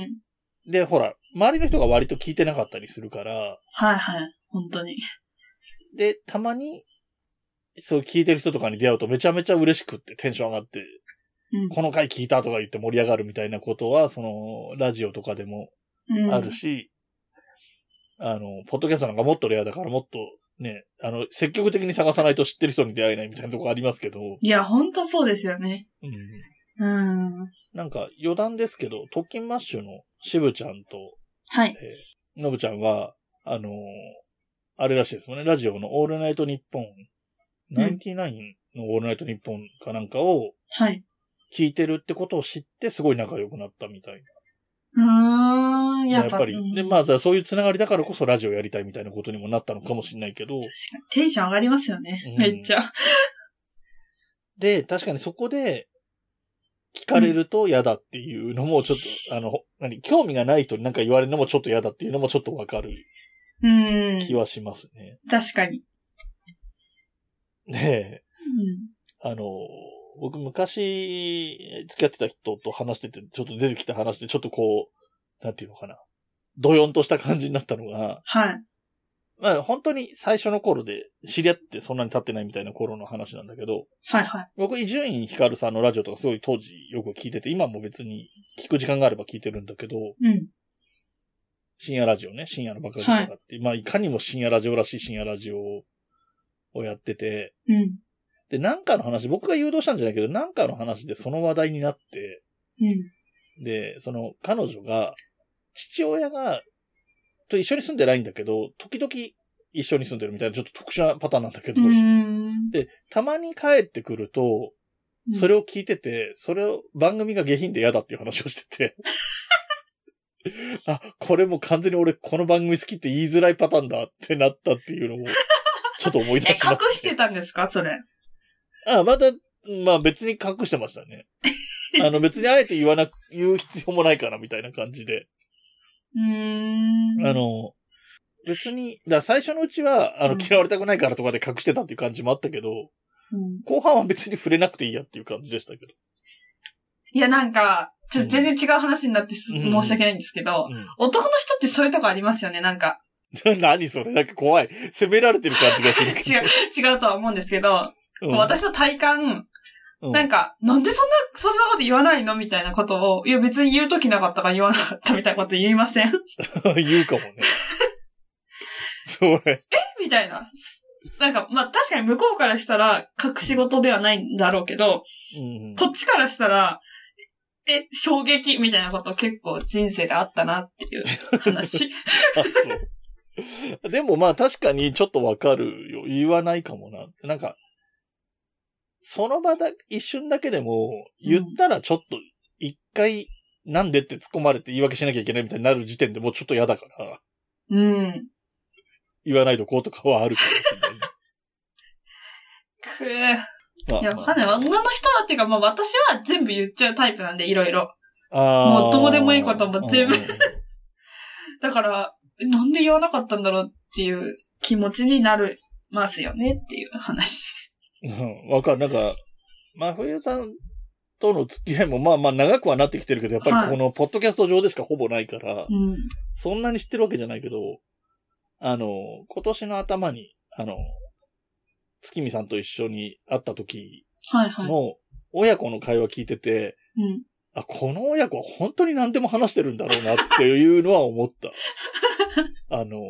Speaker 1: ん。
Speaker 2: で、ほら、周りの人が割と聞いてなかったりするから、
Speaker 1: はいはい。本当に。
Speaker 2: で、たまに、そう聞いてる人とかに出会うとめちゃめちゃ嬉しくってテンション上がって、
Speaker 1: うん
Speaker 2: この回聞いたとか言って盛り上がるみたいなことは、その、ラジオとかでも
Speaker 1: うん、
Speaker 2: あるし、あの、ポッドキャストなんかもっとレアだからもっとね、あの、積極的に探さないと知ってる人に出会えないみたいなとこありますけど、
Speaker 1: いや、ほんとそうですよね。
Speaker 2: うん
Speaker 1: うん。
Speaker 2: なんか余談ですけど、特勤マッシュのしぶちゃんと
Speaker 1: はい。
Speaker 2: のぶちゃんは、あのーあれらしいですもんね。ラジオのオールナイトニッポン、
Speaker 1: ん
Speaker 2: 99のオールナイトニッポンかなんかを
Speaker 1: はい。
Speaker 2: 聞いてるってことを知ってすごい仲良くなったみたい。
Speaker 1: うーん、
Speaker 2: や
Speaker 1: や
Speaker 2: っ
Speaker 1: っぱ
Speaker 2: ぱり。で、まあ、だからそういうつながりだからこそラジオやりたいみたいなことにもなったのかもしれないけど、
Speaker 1: 確かにテンション上がりますよね
Speaker 2: う。ん
Speaker 1: めっちゃ。
Speaker 2: で、確かにそこで、聞かれると嫌だっていうのもちょっと、あの、何、興味がない人になんか言われるのもちょっと嫌だっていうのもちょっとわかる
Speaker 1: うん。
Speaker 2: 気はしますね。
Speaker 1: 確かに。
Speaker 2: ねえ。
Speaker 1: うん。
Speaker 2: あの、僕昔付き合ってた人と話してて、ちょっと出てきた話でちょっとこう、なんていうのかな。ドヨンとした感じになったのが、
Speaker 1: はい。
Speaker 2: まあ本当に最初の頃で知り合ってそんなに経ってないみたいな頃の話なんだけど、
Speaker 1: はいはい。
Speaker 2: 僕、伊集院光さんのラジオとかすごい当時よく聞いてて、今も別に聞く時間があれば聞いてるんだけど、
Speaker 1: うん。
Speaker 2: 深夜ラジオね、深夜の爆破とかって、い、まあ、いかにも深夜ラジオらしい深夜ラジオをやってて、
Speaker 1: うん。
Speaker 2: で、なんかの話、僕が誘導したんじゃないけど、なんかの話でその話題になって、
Speaker 1: うん。
Speaker 2: で、その彼女が、父親が、と一緒に住んでないんだけど、時々一緒に住んでるみたいな、ちょっと特殊なパターンなんだけど、
Speaker 1: うん。
Speaker 2: で、たまに帰ってくると、それを聞いてて、それを番組が下品で嫌だっていう話をしてて。あ、これもう完全に俺この番組好きって言いづらいパターンだってなったっていうのを、ちょっと思い
Speaker 1: *laughs*
Speaker 2: 出
Speaker 1: え、
Speaker 2: しました、
Speaker 1: 隠してたんですかそれ。
Speaker 2: あ、また、まあ別に隠してました
Speaker 1: *laughs*
Speaker 2: ね。あの別にあえて言わな、言う必要もないかなみたいな感じで。
Speaker 1: うん。
Speaker 2: あ、の、別に、だから最初のうちは、あ
Speaker 1: う
Speaker 2: の
Speaker 1: ん
Speaker 2: 嫌われたくないからとかで隠してたっていう感じもあったけど、
Speaker 1: うん、
Speaker 2: 後半は別に触れなくていいやっていう感じでしたけど。
Speaker 1: いや、なんか、ちょっ
Speaker 2: うん
Speaker 1: と全然違う話になってす
Speaker 2: うん
Speaker 1: 申し訳ないんですけど、
Speaker 2: うん
Speaker 1: 男の人ってそういうとこありますよね、なんか。
Speaker 2: 何それなんか *laughs* 怖い。責められてる感じがするけど。 *laughs*
Speaker 1: 違う、違うとは思うんですけど、 *laughs*
Speaker 2: うん
Speaker 1: 私の体感、
Speaker 2: うん
Speaker 1: なんか、なんでそんな、そんなこと言わないのみたいなことを、いや別に言うときなかったから言わなかったみたいなこと言いません *laughs*
Speaker 2: *laughs* 言うかもね。それ。
Speaker 1: みたいな。なんか、まあ確かに向こうからしたら隠し事ではないんだろうけど、
Speaker 2: うん
Speaker 1: こっちからしたら、え、衝撃みたいなこと結構人生であったなっていう
Speaker 2: *laughs*
Speaker 1: 話。
Speaker 2: あそう *laughs* でもまあ確かにちょっとわかるよ。言わないかもな。なんか、その場だ、一瞬だけでも、言ったらちょっと、一回、なんでって突っ込まれて言い訳しなきゃいけないみたいになる時点でもうちょっと嫌だから、
Speaker 1: うん。
Speaker 2: 言わないとこうとかはあるかもしれないね。
Speaker 1: くー
Speaker 2: まあ
Speaker 1: いや、わ
Speaker 2: まあ
Speaker 1: かんない。女の人はっていうか、まあ私は全部言っちゃうタイプなんで、いろいろ。
Speaker 2: あー
Speaker 1: もうどうでもいいことも全部
Speaker 2: うんうんうん
Speaker 1: だから、えなんで言わなかったんだろうっていう気持ちになる、ますよねっていう話。
Speaker 2: うん、わかる。なんか、真冬さんとの付き合いもまあまあ長くはなってきてるけど、やっぱ
Speaker 1: は
Speaker 2: り
Speaker 1: い
Speaker 2: このポッドキャスト上でしかほぼないから、
Speaker 1: うん。
Speaker 2: そんなに知ってるわけじゃないけど、あの、今年の頭に、あの、月見さんと一緒に会った時
Speaker 1: はいはい。
Speaker 2: の親子の会話聞いてて、
Speaker 1: うん。
Speaker 2: あ、この親子は本当に何でも話してるんだろうなっていうのは思った。あの、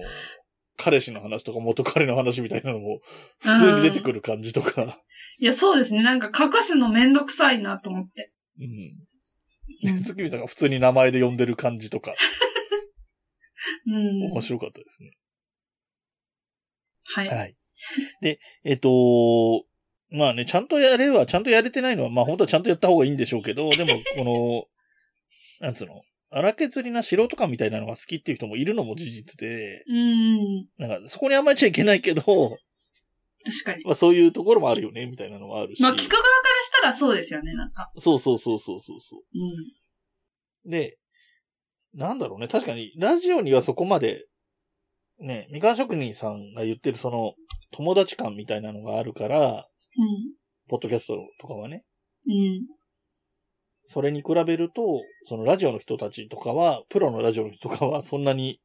Speaker 2: 彼氏の話とか元彼の話みたいなのも普通に出てくる感じとか。
Speaker 1: いや、そうですね。なんか隠すのめんどくさいなと思って。
Speaker 2: うん。
Speaker 1: うん
Speaker 2: 月見さんが普通に名前で呼んでる感じとか、
Speaker 1: うん。
Speaker 2: 面白かったですね。
Speaker 1: はい。
Speaker 2: はい。で、えっ、とまあね、ちゃんとやれは、ちゃんとやれてないのは、まあ本当はちゃんとやった方がいいんでしょうけど、でも、この、なんつうの、荒削りな素人感みたいなのが好きっていう人もいるのも事実で、
Speaker 1: うん。
Speaker 2: なんかそこに甘えちゃいけないけど、 *laughs*
Speaker 1: 確かに。
Speaker 2: まあそういうところもあるよね、みたいなのはあるし。
Speaker 1: まあ、聞く側からしたらそうですよね、なんか。
Speaker 2: そうそうそうそうそうそう。
Speaker 1: うん。
Speaker 2: で、なんだろうね。確かに、ラジオにはそこまで、ね、みかん職人さんが言ってるその、友達感みたいなのがあるから、
Speaker 1: うん。
Speaker 2: ポッドキャストとかはね、
Speaker 1: うん。
Speaker 2: それに比べると、そのラジオの人たちとかは、プロのラジオの人とかは、そんなに、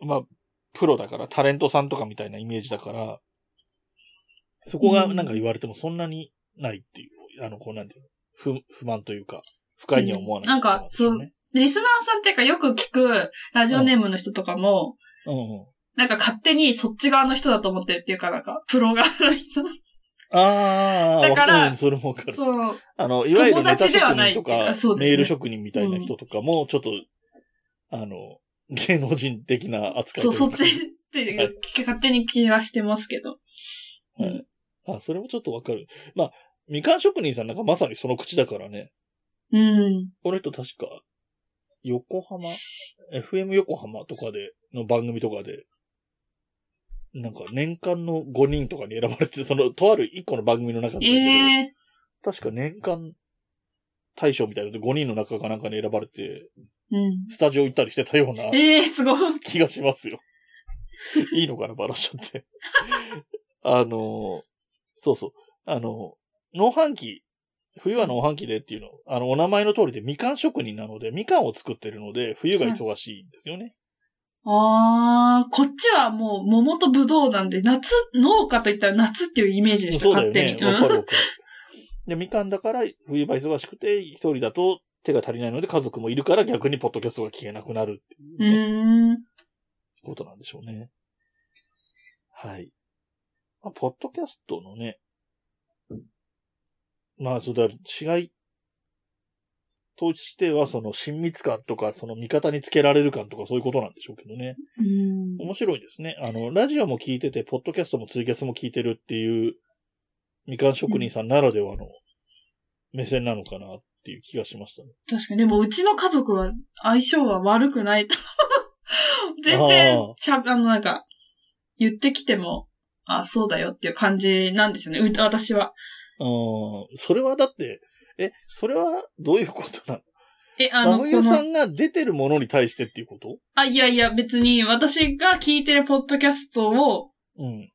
Speaker 2: まあ、プロだから、タレントさんとかみたいなイメージだから、そこがなんか言われてもそんなにないっていう、あの、こうなんていうの不不満というか、不快には思わない、
Speaker 1: うんなんかそう
Speaker 2: ね。
Speaker 1: でリスナーさんっていうか、よく聞くラジオネームの人とかも、
Speaker 2: うんうん。
Speaker 1: なんか勝手にそっち側の人だと思ってるっていうか、なんか、プロ側の
Speaker 2: *laughs*
Speaker 1: 人。
Speaker 2: ああ、
Speaker 1: だから
Speaker 2: わうんそれもわかる。
Speaker 1: そう。
Speaker 2: あの、いわゆる
Speaker 1: 友
Speaker 2: ネタ
Speaker 1: 達
Speaker 2: 職
Speaker 1: ではない
Speaker 2: 人と
Speaker 1: っていう
Speaker 2: か
Speaker 1: か、そうですね
Speaker 2: メール職人みたいな人とかも、ちょっと、あの、芸能人的な扱い
Speaker 1: そう、
Speaker 2: とい
Speaker 1: そっ
Speaker 2: か
Speaker 1: ちっていう、
Speaker 2: はい
Speaker 1: 勝手に気がしてますけど。
Speaker 2: はいあ、それもちょっとわかる。まあ、みかん職人さんなんかまさにその口だからね。
Speaker 1: うん。
Speaker 2: この人確か、横浜 ?FM 横浜とかで、の番組とかで、なんか年間の5人とかに選ばれてて、その、とある1個の番組の中でだけど、
Speaker 1: ええ
Speaker 2: 確か年間大賞みたいなので5人の中かなんかに選ばれて、
Speaker 1: うん。
Speaker 2: スタジオ行ったりしてたような
Speaker 1: ええすごい。
Speaker 2: 気がしますよ。 *laughs* いいのかな、バラしちゃって。あの、そうそう。あの、農飯器、冬は農飯器でっていうの、あの、お名前の通りでみかん職人なので、みかんを作ってるので、冬が忙しいんですよね。
Speaker 1: あー、こっちはもう桃とぶどうなんで、夏、農家といったら夏っていうイメージでした、
Speaker 2: そうだ
Speaker 1: 勝
Speaker 2: よ
Speaker 1: 手
Speaker 2: ね
Speaker 1: に。。
Speaker 2: わか
Speaker 1: うん
Speaker 2: るわかる。で、みかんだから、冬場忙しくて、一人だと手が足りないので、家族もいるから逆にポッドキャストが聞けなくなるっていう
Speaker 1: う
Speaker 2: ね、
Speaker 1: ーん。
Speaker 2: ことなんでしょうね。はい。まあ、ポッドキャストのね、まあ、そうだ、違いとしては、その親密感とか、その味方につけられる感とか、そういうことなんでしょうけどね。
Speaker 1: うん。
Speaker 2: 面白いですね。あの、ラジオも聞いてて、ポッドキャストもツイキャスも聞いてるっていう、みかん職人さんならではの目線なのかなっていう気がしましたね。
Speaker 1: 確かに、でもうちの家族は相性は悪くないと。 *laughs* 全
Speaker 2: あ
Speaker 1: 然
Speaker 2: ー、
Speaker 1: ちゃ、あの、なんか、言ってきても、あ、そうだよっていう感じなんですよね、う私は。
Speaker 2: うん。それはだって、え、それはどういうことなの
Speaker 1: え、あ
Speaker 2: 真
Speaker 1: の、こ
Speaker 2: 冬
Speaker 1: の、
Speaker 2: さんが出てるものに対してっていうこと
Speaker 1: あ、いやいや、別に私が聞いてるポッドキャストを
Speaker 2: うん。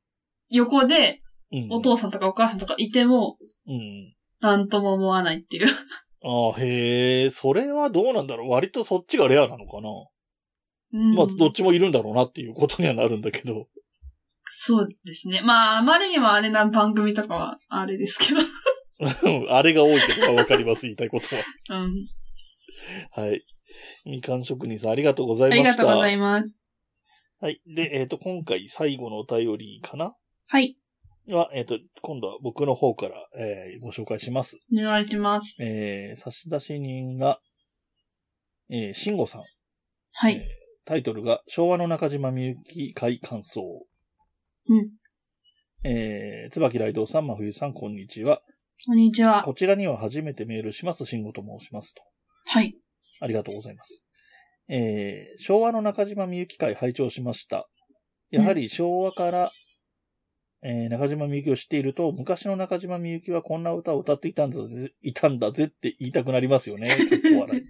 Speaker 1: 横で
Speaker 2: うん。
Speaker 1: お父さんとかお母さんとかいても、
Speaker 2: うん。
Speaker 1: なんとも思わないっていう。
Speaker 2: ああ、へえ、それはどうなんだろう。割とそっちがレアなのかな。
Speaker 1: うん
Speaker 2: まあ、どっちもいるんだろうなっていうことにはなるんだけど。 *laughs*
Speaker 1: そうですね。まあ、あまりにもあれな番組とかは、あれですけど。 *laughs*
Speaker 2: うんあれが多いけどわかります、言いたいことは。
Speaker 1: うん。
Speaker 2: はい。みかん職人さん、ありがとうござ
Speaker 1: あ
Speaker 2: いま
Speaker 1: り
Speaker 2: した。
Speaker 1: がとうございます。
Speaker 2: はい。で、えっ、と、今回最後のお便りかな
Speaker 1: はい。
Speaker 2: は、えっ、と、今度は僕の方から、えーご紹介します。
Speaker 1: お願いします。
Speaker 2: えー差出人が、えー、慎吾さん。
Speaker 1: は
Speaker 2: えー
Speaker 1: い。
Speaker 2: タイトルが、昭和の中島みゆき会感想。
Speaker 1: うん。
Speaker 2: えー、椿雷道さん、真冬さん、こんにちは。
Speaker 1: こんにちは。
Speaker 2: こちらには初めてメールします、慎吾と申しますと。
Speaker 1: はい。
Speaker 2: ありがとうございます。えー昭和の中島みゆき会拝聴しました。やはり昭和から、えー中島みゆきを知っていると、昔の中島みゆきはこんな歌を歌っていたんだぜ、いたんだぜって言いたくなりますよね。かっこ笑
Speaker 1: *laughs*
Speaker 2: い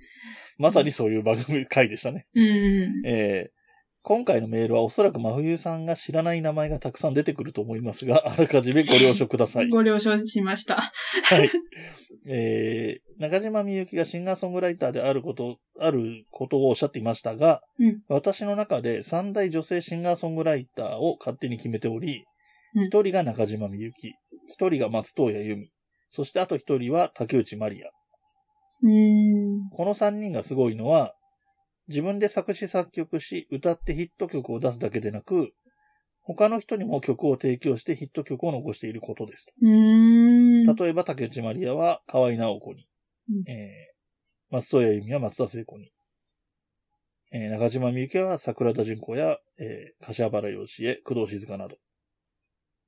Speaker 2: まさにそういう番組会でしたね。
Speaker 1: うん。
Speaker 2: えー今回のメールはおそらく真冬さんが知らない名前がたくさん出てくると思いますが、 *laughs* あらかじめご了承ください。
Speaker 1: ご了承しました。
Speaker 2: はい。えー、中島みゆきがシンガーソングライターであること、あることをおっしゃっていましたが、
Speaker 1: うん
Speaker 2: 私の中で三大女性シンガーソングライターを勝手に決めており、
Speaker 1: うん
Speaker 2: 一人が中島みゆき、一人が松任谷由実、そしてあと一人は竹内まりや。
Speaker 1: うん。
Speaker 2: この三人がすごいのは、自分で作詞作曲し、歌ってヒット曲を出すだけでなく、他の人にも曲を提供してヒット曲を残していることです。
Speaker 1: うん。
Speaker 2: 例えば、竹内まりやは河合直子に、
Speaker 1: うん
Speaker 2: えー松任谷由実は松田聖子に、えー中島みゆきは桜田淳子や、えー柏原芳恵、工藤静香など、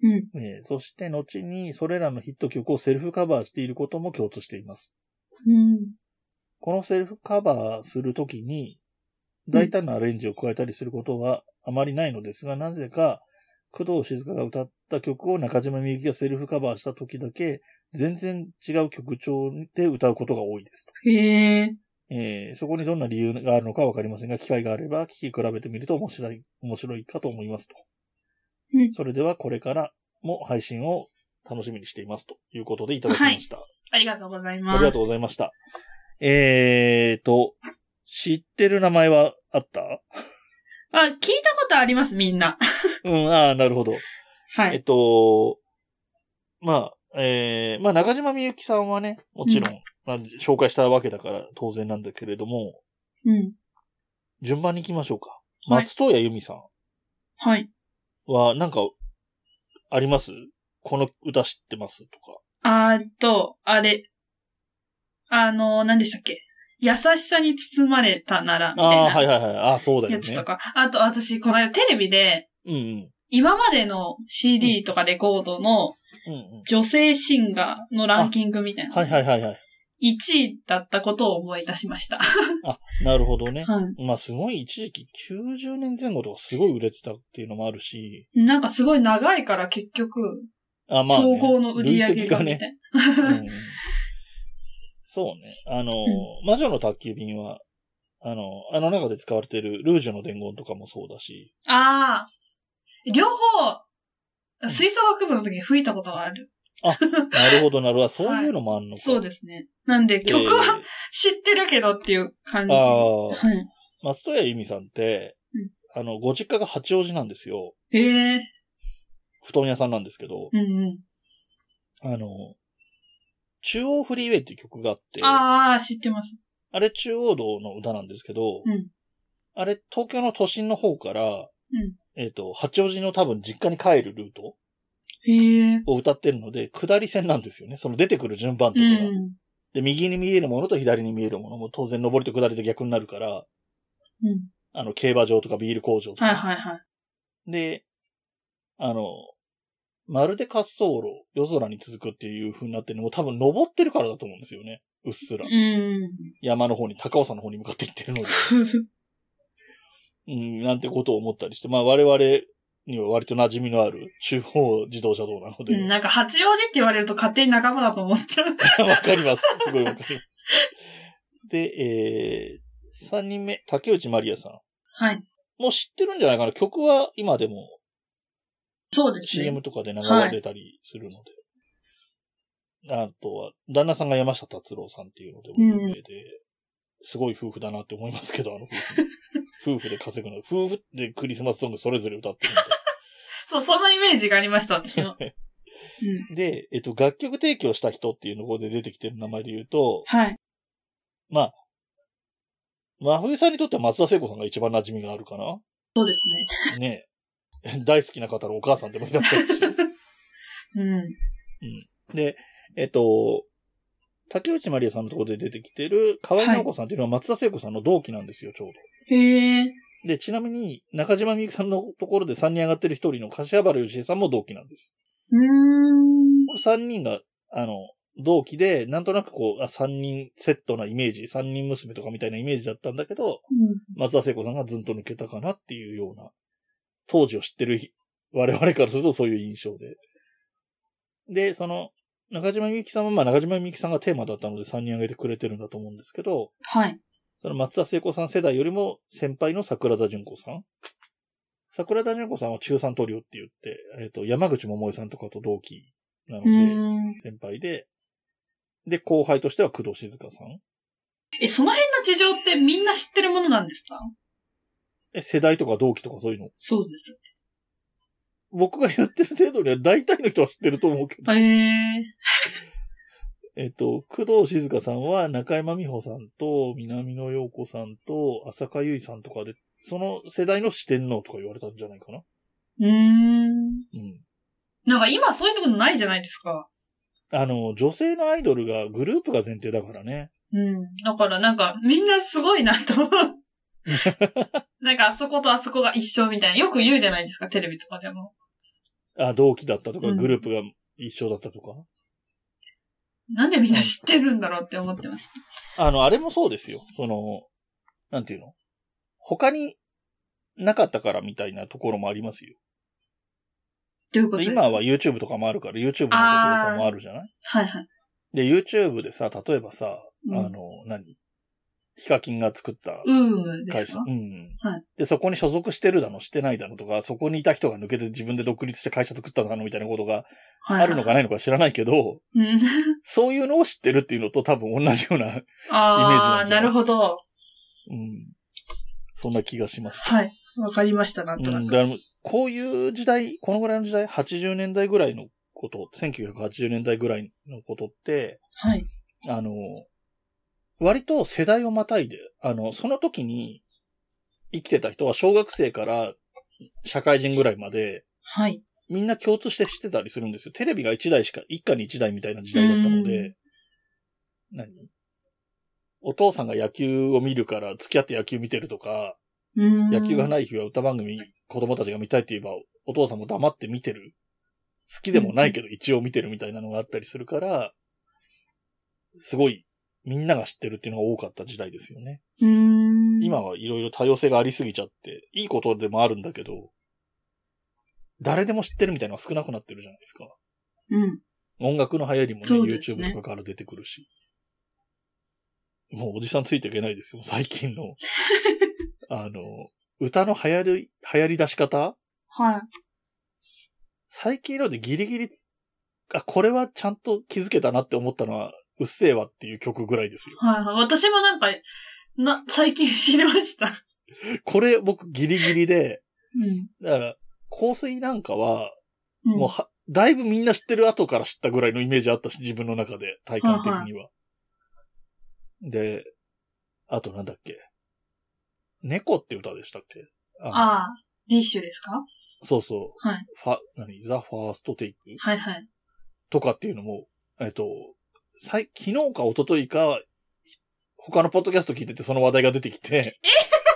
Speaker 1: うん。
Speaker 2: えーそして後にそれらのヒット曲をセルフカバーしていることも共通しています。
Speaker 1: うん。
Speaker 2: このセルフカバーするときに、大胆なアレンジを加えたりすることはあまりないのですが、なぜか、工藤静香が歌った曲を中島みゆきがセルフカバーしたときだけ、全然違う曲調で歌うことが多いですと。
Speaker 1: へえ。
Speaker 2: えーそこにどんな理由があるのかわかりませんが、機会があれば聞き比べてみると面白い、面白いかと思いますと。
Speaker 1: うん
Speaker 2: それではこれからも配信を楽しみにしていますということでいただきました。
Speaker 1: ありがとうござい
Speaker 2: あ
Speaker 1: ま
Speaker 2: りが
Speaker 1: す
Speaker 2: と。うございました。えーと、知ってる名前はあった
Speaker 1: あ、聞いたことあります、みんな。
Speaker 2: うん、ああ、なるほど。
Speaker 1: は
Speaker 2: えっ
Speaker 1: い。
Speaker 2: と、まあ、えー、まあ中島みゆきさんはね、もちろん、まあ、紹介したわけだから当然なんだけれども、
Speaker 1: うん。
Speaker 2: 順番に行きましょうか。
Speaker 1: はい
Speaker 2: 松任谷由実さん
Speaker 1: はい。
Speaker 2: は、なんか、ありますこの歌知ってますとか。
Speaker 1: あーっと、あれ。あのー、何でしたっけ優しさに包まれたなら、み
Speaker 2: ああ、は
Speaker 1: た
Speaker 2: い
Speaker 1: い
Speaker 2: はいはい。ああ、そうだ
Speaker 1: な
Speaker 2: よ
Speaker 1: や
Speaker 2: ね
Speaker 1: つ。とか。あと、私、この間テレビで、
Speaker 2: うんうん。
Speaker 1: 今までの CD とかレコードの
Speaker 2: うんうん。
Speaker 1: 女性シンガーのランキングみたいな。
Speaker 2: はいはいはいはい。
Speaker 1: 1位だったことを思い出しました。
Speaker 2: なるほどね。
Speaker 1: は
Speaker 2: まあすごい一時期90年前後とかすごい売れてたっていうのもあるし、
Speaker 1: い。なんかすごい長いから結局、
Speaker 2: あまあ、ね、
Speaker 1: 総合の売り上げ
Speaker 2: 累積
Speaker 1: が
Speaker 2: が
Speaker 1: み
Speaker 2: ね
Speaker 1: た、い
Speaker 2: うんそうね。あの、
Speaker 1: ん
Speaker 2: 魔女の宅急便は、あの、あの中で使われてるルージュの伝言とかもそうだし、
Speaker 1: ああ。両方、吹奏楽部の時に吹いたことがある。
Speaker 2: なるほどなるほど、そういうのもあんのか。
Speaker 1: そうですね。なんで曲は知ってるけどっていう感
Speaker 2: え
Speaker 1: じ。
Speaker 2: ーああ、
Speaker 1: はい。
Speaker 2: 松任谷由実さんって、あの、ご実家が八王子なんですよ。
Speaker 1: ええ
Speaker 2: 布団屋さんなんですけど、
Speaker 1: うんう
Speaker 2: あの、中央フリーウェイっていう曲があって、
Speaker 1: ん。ああ、知ってます。
Speaker 2: あれ中央道の歌なんですけど、
Speaker 1: うん
Speaker 2: あれ東京の都心の方から、
Speaker 1: うん
Speaker 2: えっ、と、八王子の多分実家に帰るルート
Speaker 1: へえ。
Speaker 2: を歌ってるので、下り線なんですよね。その出てくる順番と
Speaker 1: う
Speaker 2: かが。
Speaker 1: ん。
Speaker 2: で、右に見えるものと左に見えるものも当然上りと下りで逆になるから、
Speaker 1: うん。
Speaker 2: あの、競馬場とかビール工場とか。
Speaker 1: はいはいはい。
Speaker 2: で、あの、まるで滑走路、夜空に続くっていう風になってるのも多分登ってるからだと思うんですよね。うっすら。
Speaker 1: うん。
Speaker 2: 山の方に、高尾山の方に向かっていってるので。 *laughs* うん、なんてことを思ったりして、まあ我々には割と馴染みのある中央自動車道なので
Speaker 1: うん、なんか、八王子って言われると勝手に仲間だと思っちゃ *laughs* う。
Speaker 2: *laughs* わかります。すごいわかります。で、えー、3人目、竹内まりやさん。
Speaker 1: はい。
Speaker 2: もう知ってるんじゃないかな。曲は今でも
Speaker 1: そうですね。
Speaker 2: CM とかで流れたりするので。あとは、旦那さんが山下達郎さんっていうのでも有名で、すごい夫婦だなって思いますけど、あの夫
Speaker 1: *laughs*
Speaker 2: 婦。夫婦で稼ぐの。夫婦でクリスマスソングそれぞれ歌ってるので。
Speaker 1: そう、そんなイメージがありました、私 *laughs* は。うん。
Speaker 2: で、えっと、楽曲提供した人っていうのこで出てきてる名前で言うと、
Speaker 1: はい。
Speaker 2: まあ、真冬さんにとっては松田聖子さんが一番馴染みがあるかな
Speaker 1: そうです
Speaker 2: ね *laughs* え大好きな方のお母さんでもいらっしゃるし。
Speaker 1: ね。うん。
Speaker 2: で、えっと、竹内まりやさんのところで出てきてる河合直子さんっていうのは松田聖子さんの同期なんですよ、ちょう
Speaker 1: へえ。
Speaker 2: ど。で、ちなみに中島みゆきさんのところで3人上がってる一人の柏原芳恵さんも同期なんです。
Speaker 1: うーん。
Speaker 2: これ3人が、あの、同期で、なんとなくこう、あ3人セットなイメージ、3人娘とかみたいなイメージだったんだけど、松田聖子さんがずんと抜けたかなっていうような、当時を知ってる我々からするとそういう印象で。で、その、中島みゆきさんは、まあ中島みゆきさんがテーマだったので3人挙げてくれてるんだと思うんですけど、
Speaker 1: はい。
Speaker 2: その松田聖子さん世代よりも先輩の桜田淳子さん。桜田淳子さんは中3トリオって言って、えっ、と、山口百恵さんとかと同期なの
Speaker 1: う
Speaker 2: で、
Speaker 1: ーん。
Speaker 2: 先輩で、で、後輩としては工藤静香さん。
Speaker 1: え、その辺の事情ってみんな知ってるものなんですか
Speaker 2: え、世代とか同期とかそういうの。
Speaker 1: そうです。
Speaker 2: 僕が言ってる程度には大体の人は知ってると思うけど。 *laughs*
Speaker 1: へえ。
Speaker 2: えっと、工藤静香さんは中山美穂さんと南野陽子さんと浅香唯さんとかで、その世代の四天王とか言われたんじゃないかな。
Speaker 1: うーん。
Speaker 2: うん。
Speaker 1: なんか今そういうのないじゃないですか。
Speaker 2: あの、女性のアイドルが、グループが前提だからね。
Speaker 1: うん。だからなんかみんなすごいなと *laughs* 思う。なんかあそことあそこが一緒みたいな。よく言うじゃないですか、テレビとかでも。
Speaker 2: あ、同期だったとか、
Speaker 1: うん
Speaker 2: グループが一緒だったとか。
Speaker 1: なんでみんな知ってるんだろうって思ってます。
Speaker 2: あの、あれもそうですよ。その、なんていうの他になかったからみたいなところもありますよ。
Speaker 1: どういうこと
Speaker 2: で
Speaker 1: ですか
Speaker 2: 今は YouTube とかもあるから、YouTube のこととかもあるじゃない
Speaker 1: はいはい。
Speaker 2: で、YouTube でさ、例えばさ、
Speaker 1: うん
Speaker 2: あの、何ヒカキンが作った
Speaker 1: ウームで
Speaker 2: 会
Speaker 1: す
Speaker 2: 社。
Speaker 1: か
Speaker 2: うん、
Speaker 1: はい
Speaker 2: で、そこに所属してるだの、してないだのとか、そこにいた人が抜けて自分で独立して会社作っただのみたいなことが
Speaker 1: はいはい
Speaker 2: あるのかないのか知らないけど、
Speaker 1: うん。
Speaker 2: そういうのを知ってるっていうのと多分同じような、
Speaker 1: あ
Speaker 2: イメージなん
Speaker 1: あ、
Speaker 2: じゃ
Speaker 1: な
Speaker 2: ない
Speaker 1: るほど。
Speaker 2: うん、そんな気がします。
Speaker 1: はい。わかりました、なんと
Speaker 2: う、
Speaker 1: なんく。
Speaker 2: だからこういう時代、このぐらいの時代、80年代ぐらいのこと、1980年代ぐらいのことって、
Speaker 1: はい。
Speaker 2: あの、割と世代をまたいで、あの、その時に生きてた人は小学生から社会人ぐらいまで、
Speaker 1: はい。
Speaker 2: みんな共通して知ってたりするんですよ。テレビが1台しか、一家に1台みたいな時代だった
Speaker 1: う
Speaker 2: ので、何お父さんが野球を見るから付き合って野球見てるとか、野
Speaker 1: 野
Speaker 2: 球が
Speaker 1: い。
Speaker 2: ない日は歌番組、子供たちが見たいって言えば、お父さんも黙って見てる。好きでもないけど一応見てるみたいなのがあったりするから、すごい、みんなが知ってるっていうのが多かった時代ですよね。
Speaker 1: うーん。
Speaker 2: 今はいろいろ多様性がありすぎちゃって、いいことでもあるんだけど、誰でも知ってるみたいなのが少なくなってるじゃないですか。
Speaker 1: うん。
Speaker 2: 音楽の流行りもね、
Speaker 1: そうですね
Speaker 2: YouTube とかから出てくるし。もうおじさんついていけないですよ、最
Speaker 1: *laughs*
Speaker 2: 近の。あの、歌の流行り、流行り出し方
Speaker 1: はい。
Speaker 2: 最近のでギリギリ、あ、これはちゃんと気づけたなって思ったのは、うっせぇわっていう曲ぐらいですよ。
Speaker 1: はいはい。私もなんか、な、最近知りました。
Speaker 2: これ僕ギリギリで、
Speaker 1: うん。
Speaker 2: だから、香水なんかは、
Speaker 1: うん、
Speaker 2: もうは、だいぶみんな知ってる後から知ったぐらいのイメージあったし、自分の中で、体感的には。で、あとなんだっけ。猫って歌でしたっけあ
Speaker 1: ああ、ディッシュですか
Speaker 2: そうそう。
Speaker 1: はい
Speaker 2: ファ、何ザ・ファーストテイク
Speaker 1: はいはい。
Speaker 2: とかっていうのも、えっと、最、昨日か一昨日か、他のポッドキャスト聞いててその話題が出てきて、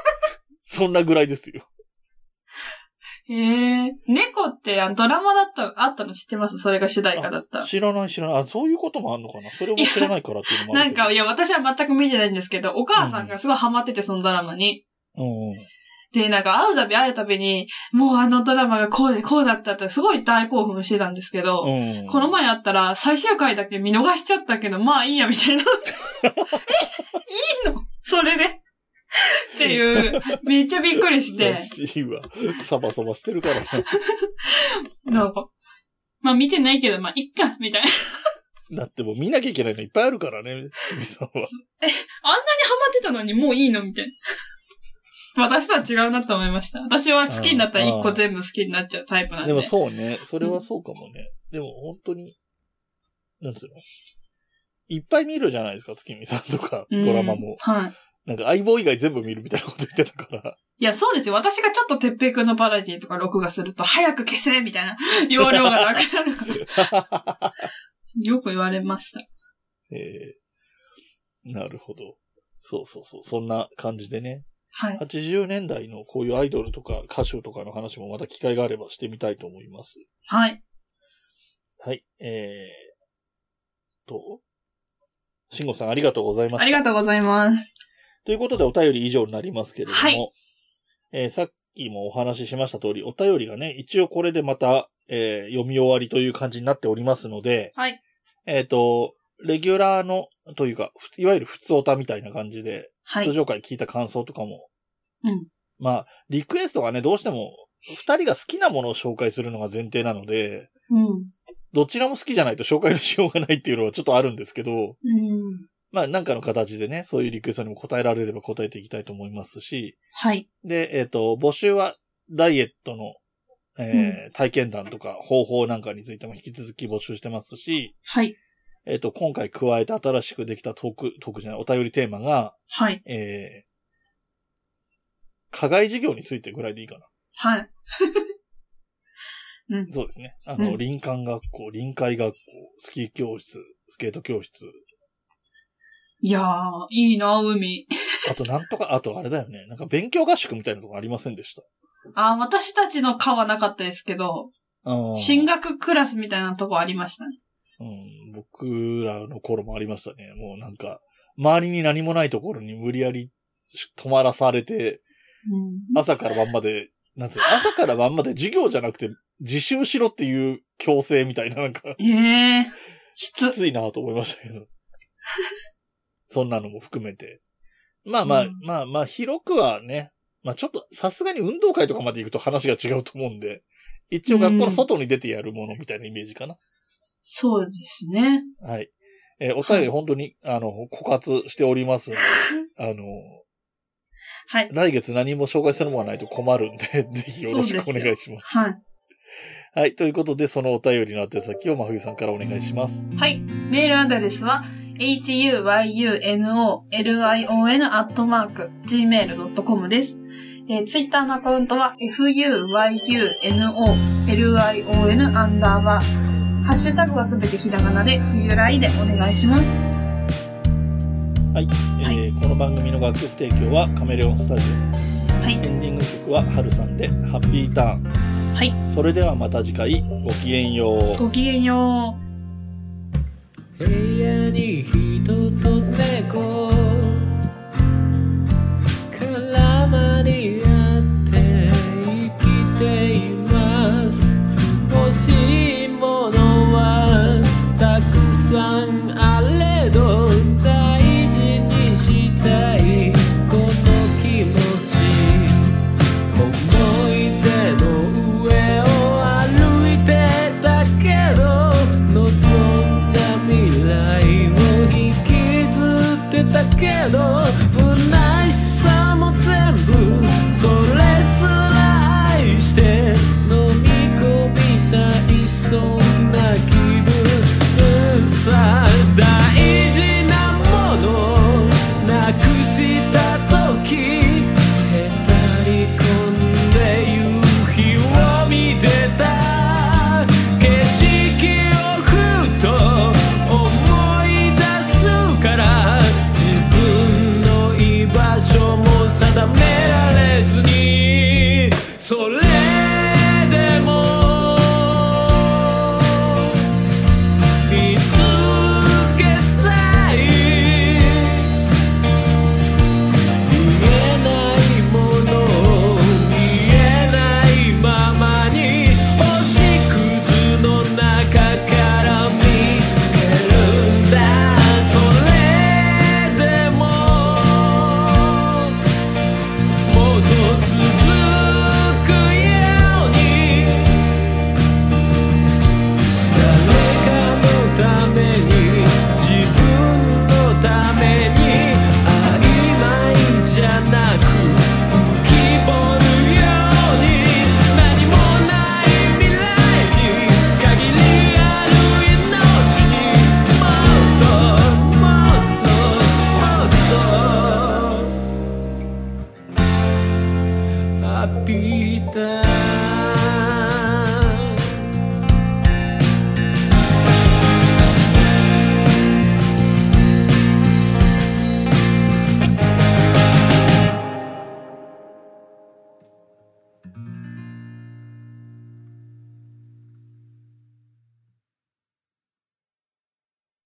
Speaker 1: *laughs*
Speaker 2: そんなぐらいですよ。
Speaker 1: ええ猫ってあのドラマだった、あったの知ってますそれが主題歌だった。
Speaker 2: 知らない知らない。あ、そういうこともあるのかなそれも知らないからっていうのもあ
Speaker 1: な
Speaker 2: る
Speaker 1: ん
Speaker 2: けど。
Speaker 1: か、いや、私は全く見てないんですけど、お母さんがすごいハマってて、そのドラマに。
Speaker 2: うんうん。
Speaker 1: で、なんか、会うたび会うたびに、もうあのドラマがこうで、こうだったって、すごい大興奮してたんですけど、
Speaker 2: うん。
Speaker 1: この前あったら、最終回だけ見逃しちゃったけど、まあいいや、み
Speaker 2: *laughs*
Speaker 1: たいな。え、いいのそれでっていう、めっちゃびっくりして、
Speaker 2: いいわ。サバサバしてるからな。
Speaker 1: なんか、まあ見てないけど、まあいっか、みたいな。
Speaker 2: だってもう見なきゃいけないのいっぱいあるからね、君さんは。
Speaker 1: あんなにハマってたのにもういいのみたいな。 *laughs* 私とは違うなと思いました。私は好きになったら一個全部好きになっちゃうタイプなんで。
Speaker 2: でもそうね。それはそうかもね。でも本当に、なんつうのいっぱい見るじゃないですか、月見さんとか、
Speaker 1: うん
Speaker 2: ドラマも。
Speaker 1: はい。
Speaker 2: なんか相棒以外全部見るみたいなこと言ってたから。
Speaker 1: いや、そうですよ。私がちょっと鉄平君のパラディとか録画すると、早く消せみたいな、 *laughs* 容量がなくなるから。 *laughs* よく言われました。
Speaker 2: えーなるほど。そうそうそう。そんな感じでね。
Speaker 1: はい。
Speaker 2: 80年代のこういうアイドルとか歌手とかの話もまた機会があればしてみたいと思います。
Speaker 1: はい。
Speaker 2: はい。えー、と、慎吾さんありがとうございま
Speaker 1: あ
Speaker 2: し
Speaker 1: り
Speaker 2: た。
Speaker 1: がとうございます。
Speaker 2: ということでお便り以上になりますけれども、
Speaker 1: はい
Speaker 2: えーさっきもお話ししました通り、お便りがね、一応これでまた、えー読み終わりという感じになっておりますので、
Speaker 1: はい。
Speaker 2: えっ、と、レギュラーの、というか、ふいわゆる普通オタみたいな感じで、
Speaker 1: は
Speaker 2: 通
Speaker 1: い。
Speaker 2: 常回聞いた感想とかも、
Speaker 1: うん。
Speaker 2: まあ、リクエストがね、どうしても、二人が好きなものを紹介するのが前提なので、
Speaker 1: うん。
Speaker 2: どちらも好きじゃないと紹介のしようがないっていうのはちょっとあるんですけど、
Speaker 1: うん。
Speaker 2: まあ、なんかの形でね、そういうリクエストにも答えられれば答えていきたいと思いますし、
Speaker 1: はい。
Speaker 2: で、えっ、と、募集はダイエットの、えー体験談とか方法なんかについても引き続き募集してますし、
Speaker 1: はい。
Speaker 2: えっ、と、今回加えて新しくできたトーク、トークじゃない、お便りテーマが、
Speaker 1: はい。
Speaker 2: えー、課外事業についてぐらいでいいかな。
Speaker 1: はい。 *laughs* うん。
Speaker 2: そうですね。あの、
Speaker 1: うん
Speaker 2: 林間学校、臨海学校、スキー教室、スケート教室、
Speaker 1: いやー、いいな、海。
Speaker 2: あとなんとか、あとあれだよね。なんか勉強合宿みたいなとこありませんでした。
Speaker 1: あー、私たちの科はなかったですけど、
Speaker 2: うん
Speaker 1: 進学クラスみたいなとこありましたね。
Speaker 2: うん、僕らの頃もありましたね。もうなんか、周りに何もないところに無理やり泊まらされて、
Speaker 1: うん。
Speaker 2: 朝から晩まで、なんつうの、朝から晩まで授業じゃなくて自習しろっていう強制みたいな、なんか、
Speaker 1: ええー、き
Speaker 2: き
Speaker 1: つ。
Speaker 2: ついなと思いましたけど。 *laughs* そんなのも含めて。まあまあ、
Speaker 1: うん
Speaker 2: まあまあ、広くはね、まあちょっと、さすがに運動会とかまで行くと話が違うと思うんで、一応学校の外に出てやるものみたいなイメージかな。
Speaker 1: そうですね。
Speaker 2: はい。えーお便
Speaker 1: は
Speaker 2: り
Speaker 1: い
Speaker 2: 本当に、あの、枯渇しておりますの
Speaker 1: *laughs*
Speaker 2: で、あの、
Speaker 1: はい。
Speaker 2: 来月何も紹介するものがないと困る
Speaker 1: *laughs*
Speaker 2: んで、ぜひよろしくお
Speaker 1: そうですよ
Speaker 2: 願いします。
Speaker 1: はい。
Speaker 2: はい。ということで、そのお便りの宛先を真冬さんからお願いします。
Speaker 1: はい。メールアドレスは、huyunolion.gmail.com です。えー、ツイッターのアカウントは、fuyunolion アンダーバー。ハッシュタグはすべてひらがなで、冬来でお願いします。はい
Speaker 2: えーこの番組の楽曲提供はカメレオンスタジ
Speaker 1: は
Speaker 2: オ。エ
Speaker 1: い。
Speaker 2: ンディング曲はハルさんで、ハッピーターン。
Speaker 1: はい。
Speaker 2: それではまた次回、ごきげんよう。
Speaker 1: ごきげんよう。
Speaker 3: 部屋に人と猫絡まり合って生きています欲しいものはたくさんあれど大事にしした時へたり込んで夕日を見てた景色をふと思い出すから自分の居場所も定められずにそれでも「見つけたい」「見えないもの見えないままに星屑の中から見つけるんだ」「それでももっと続くように」誰かのために自分のために曖昧じゃなく浮き彫るように何もない未来に限りある命にもっともっともっと浴びた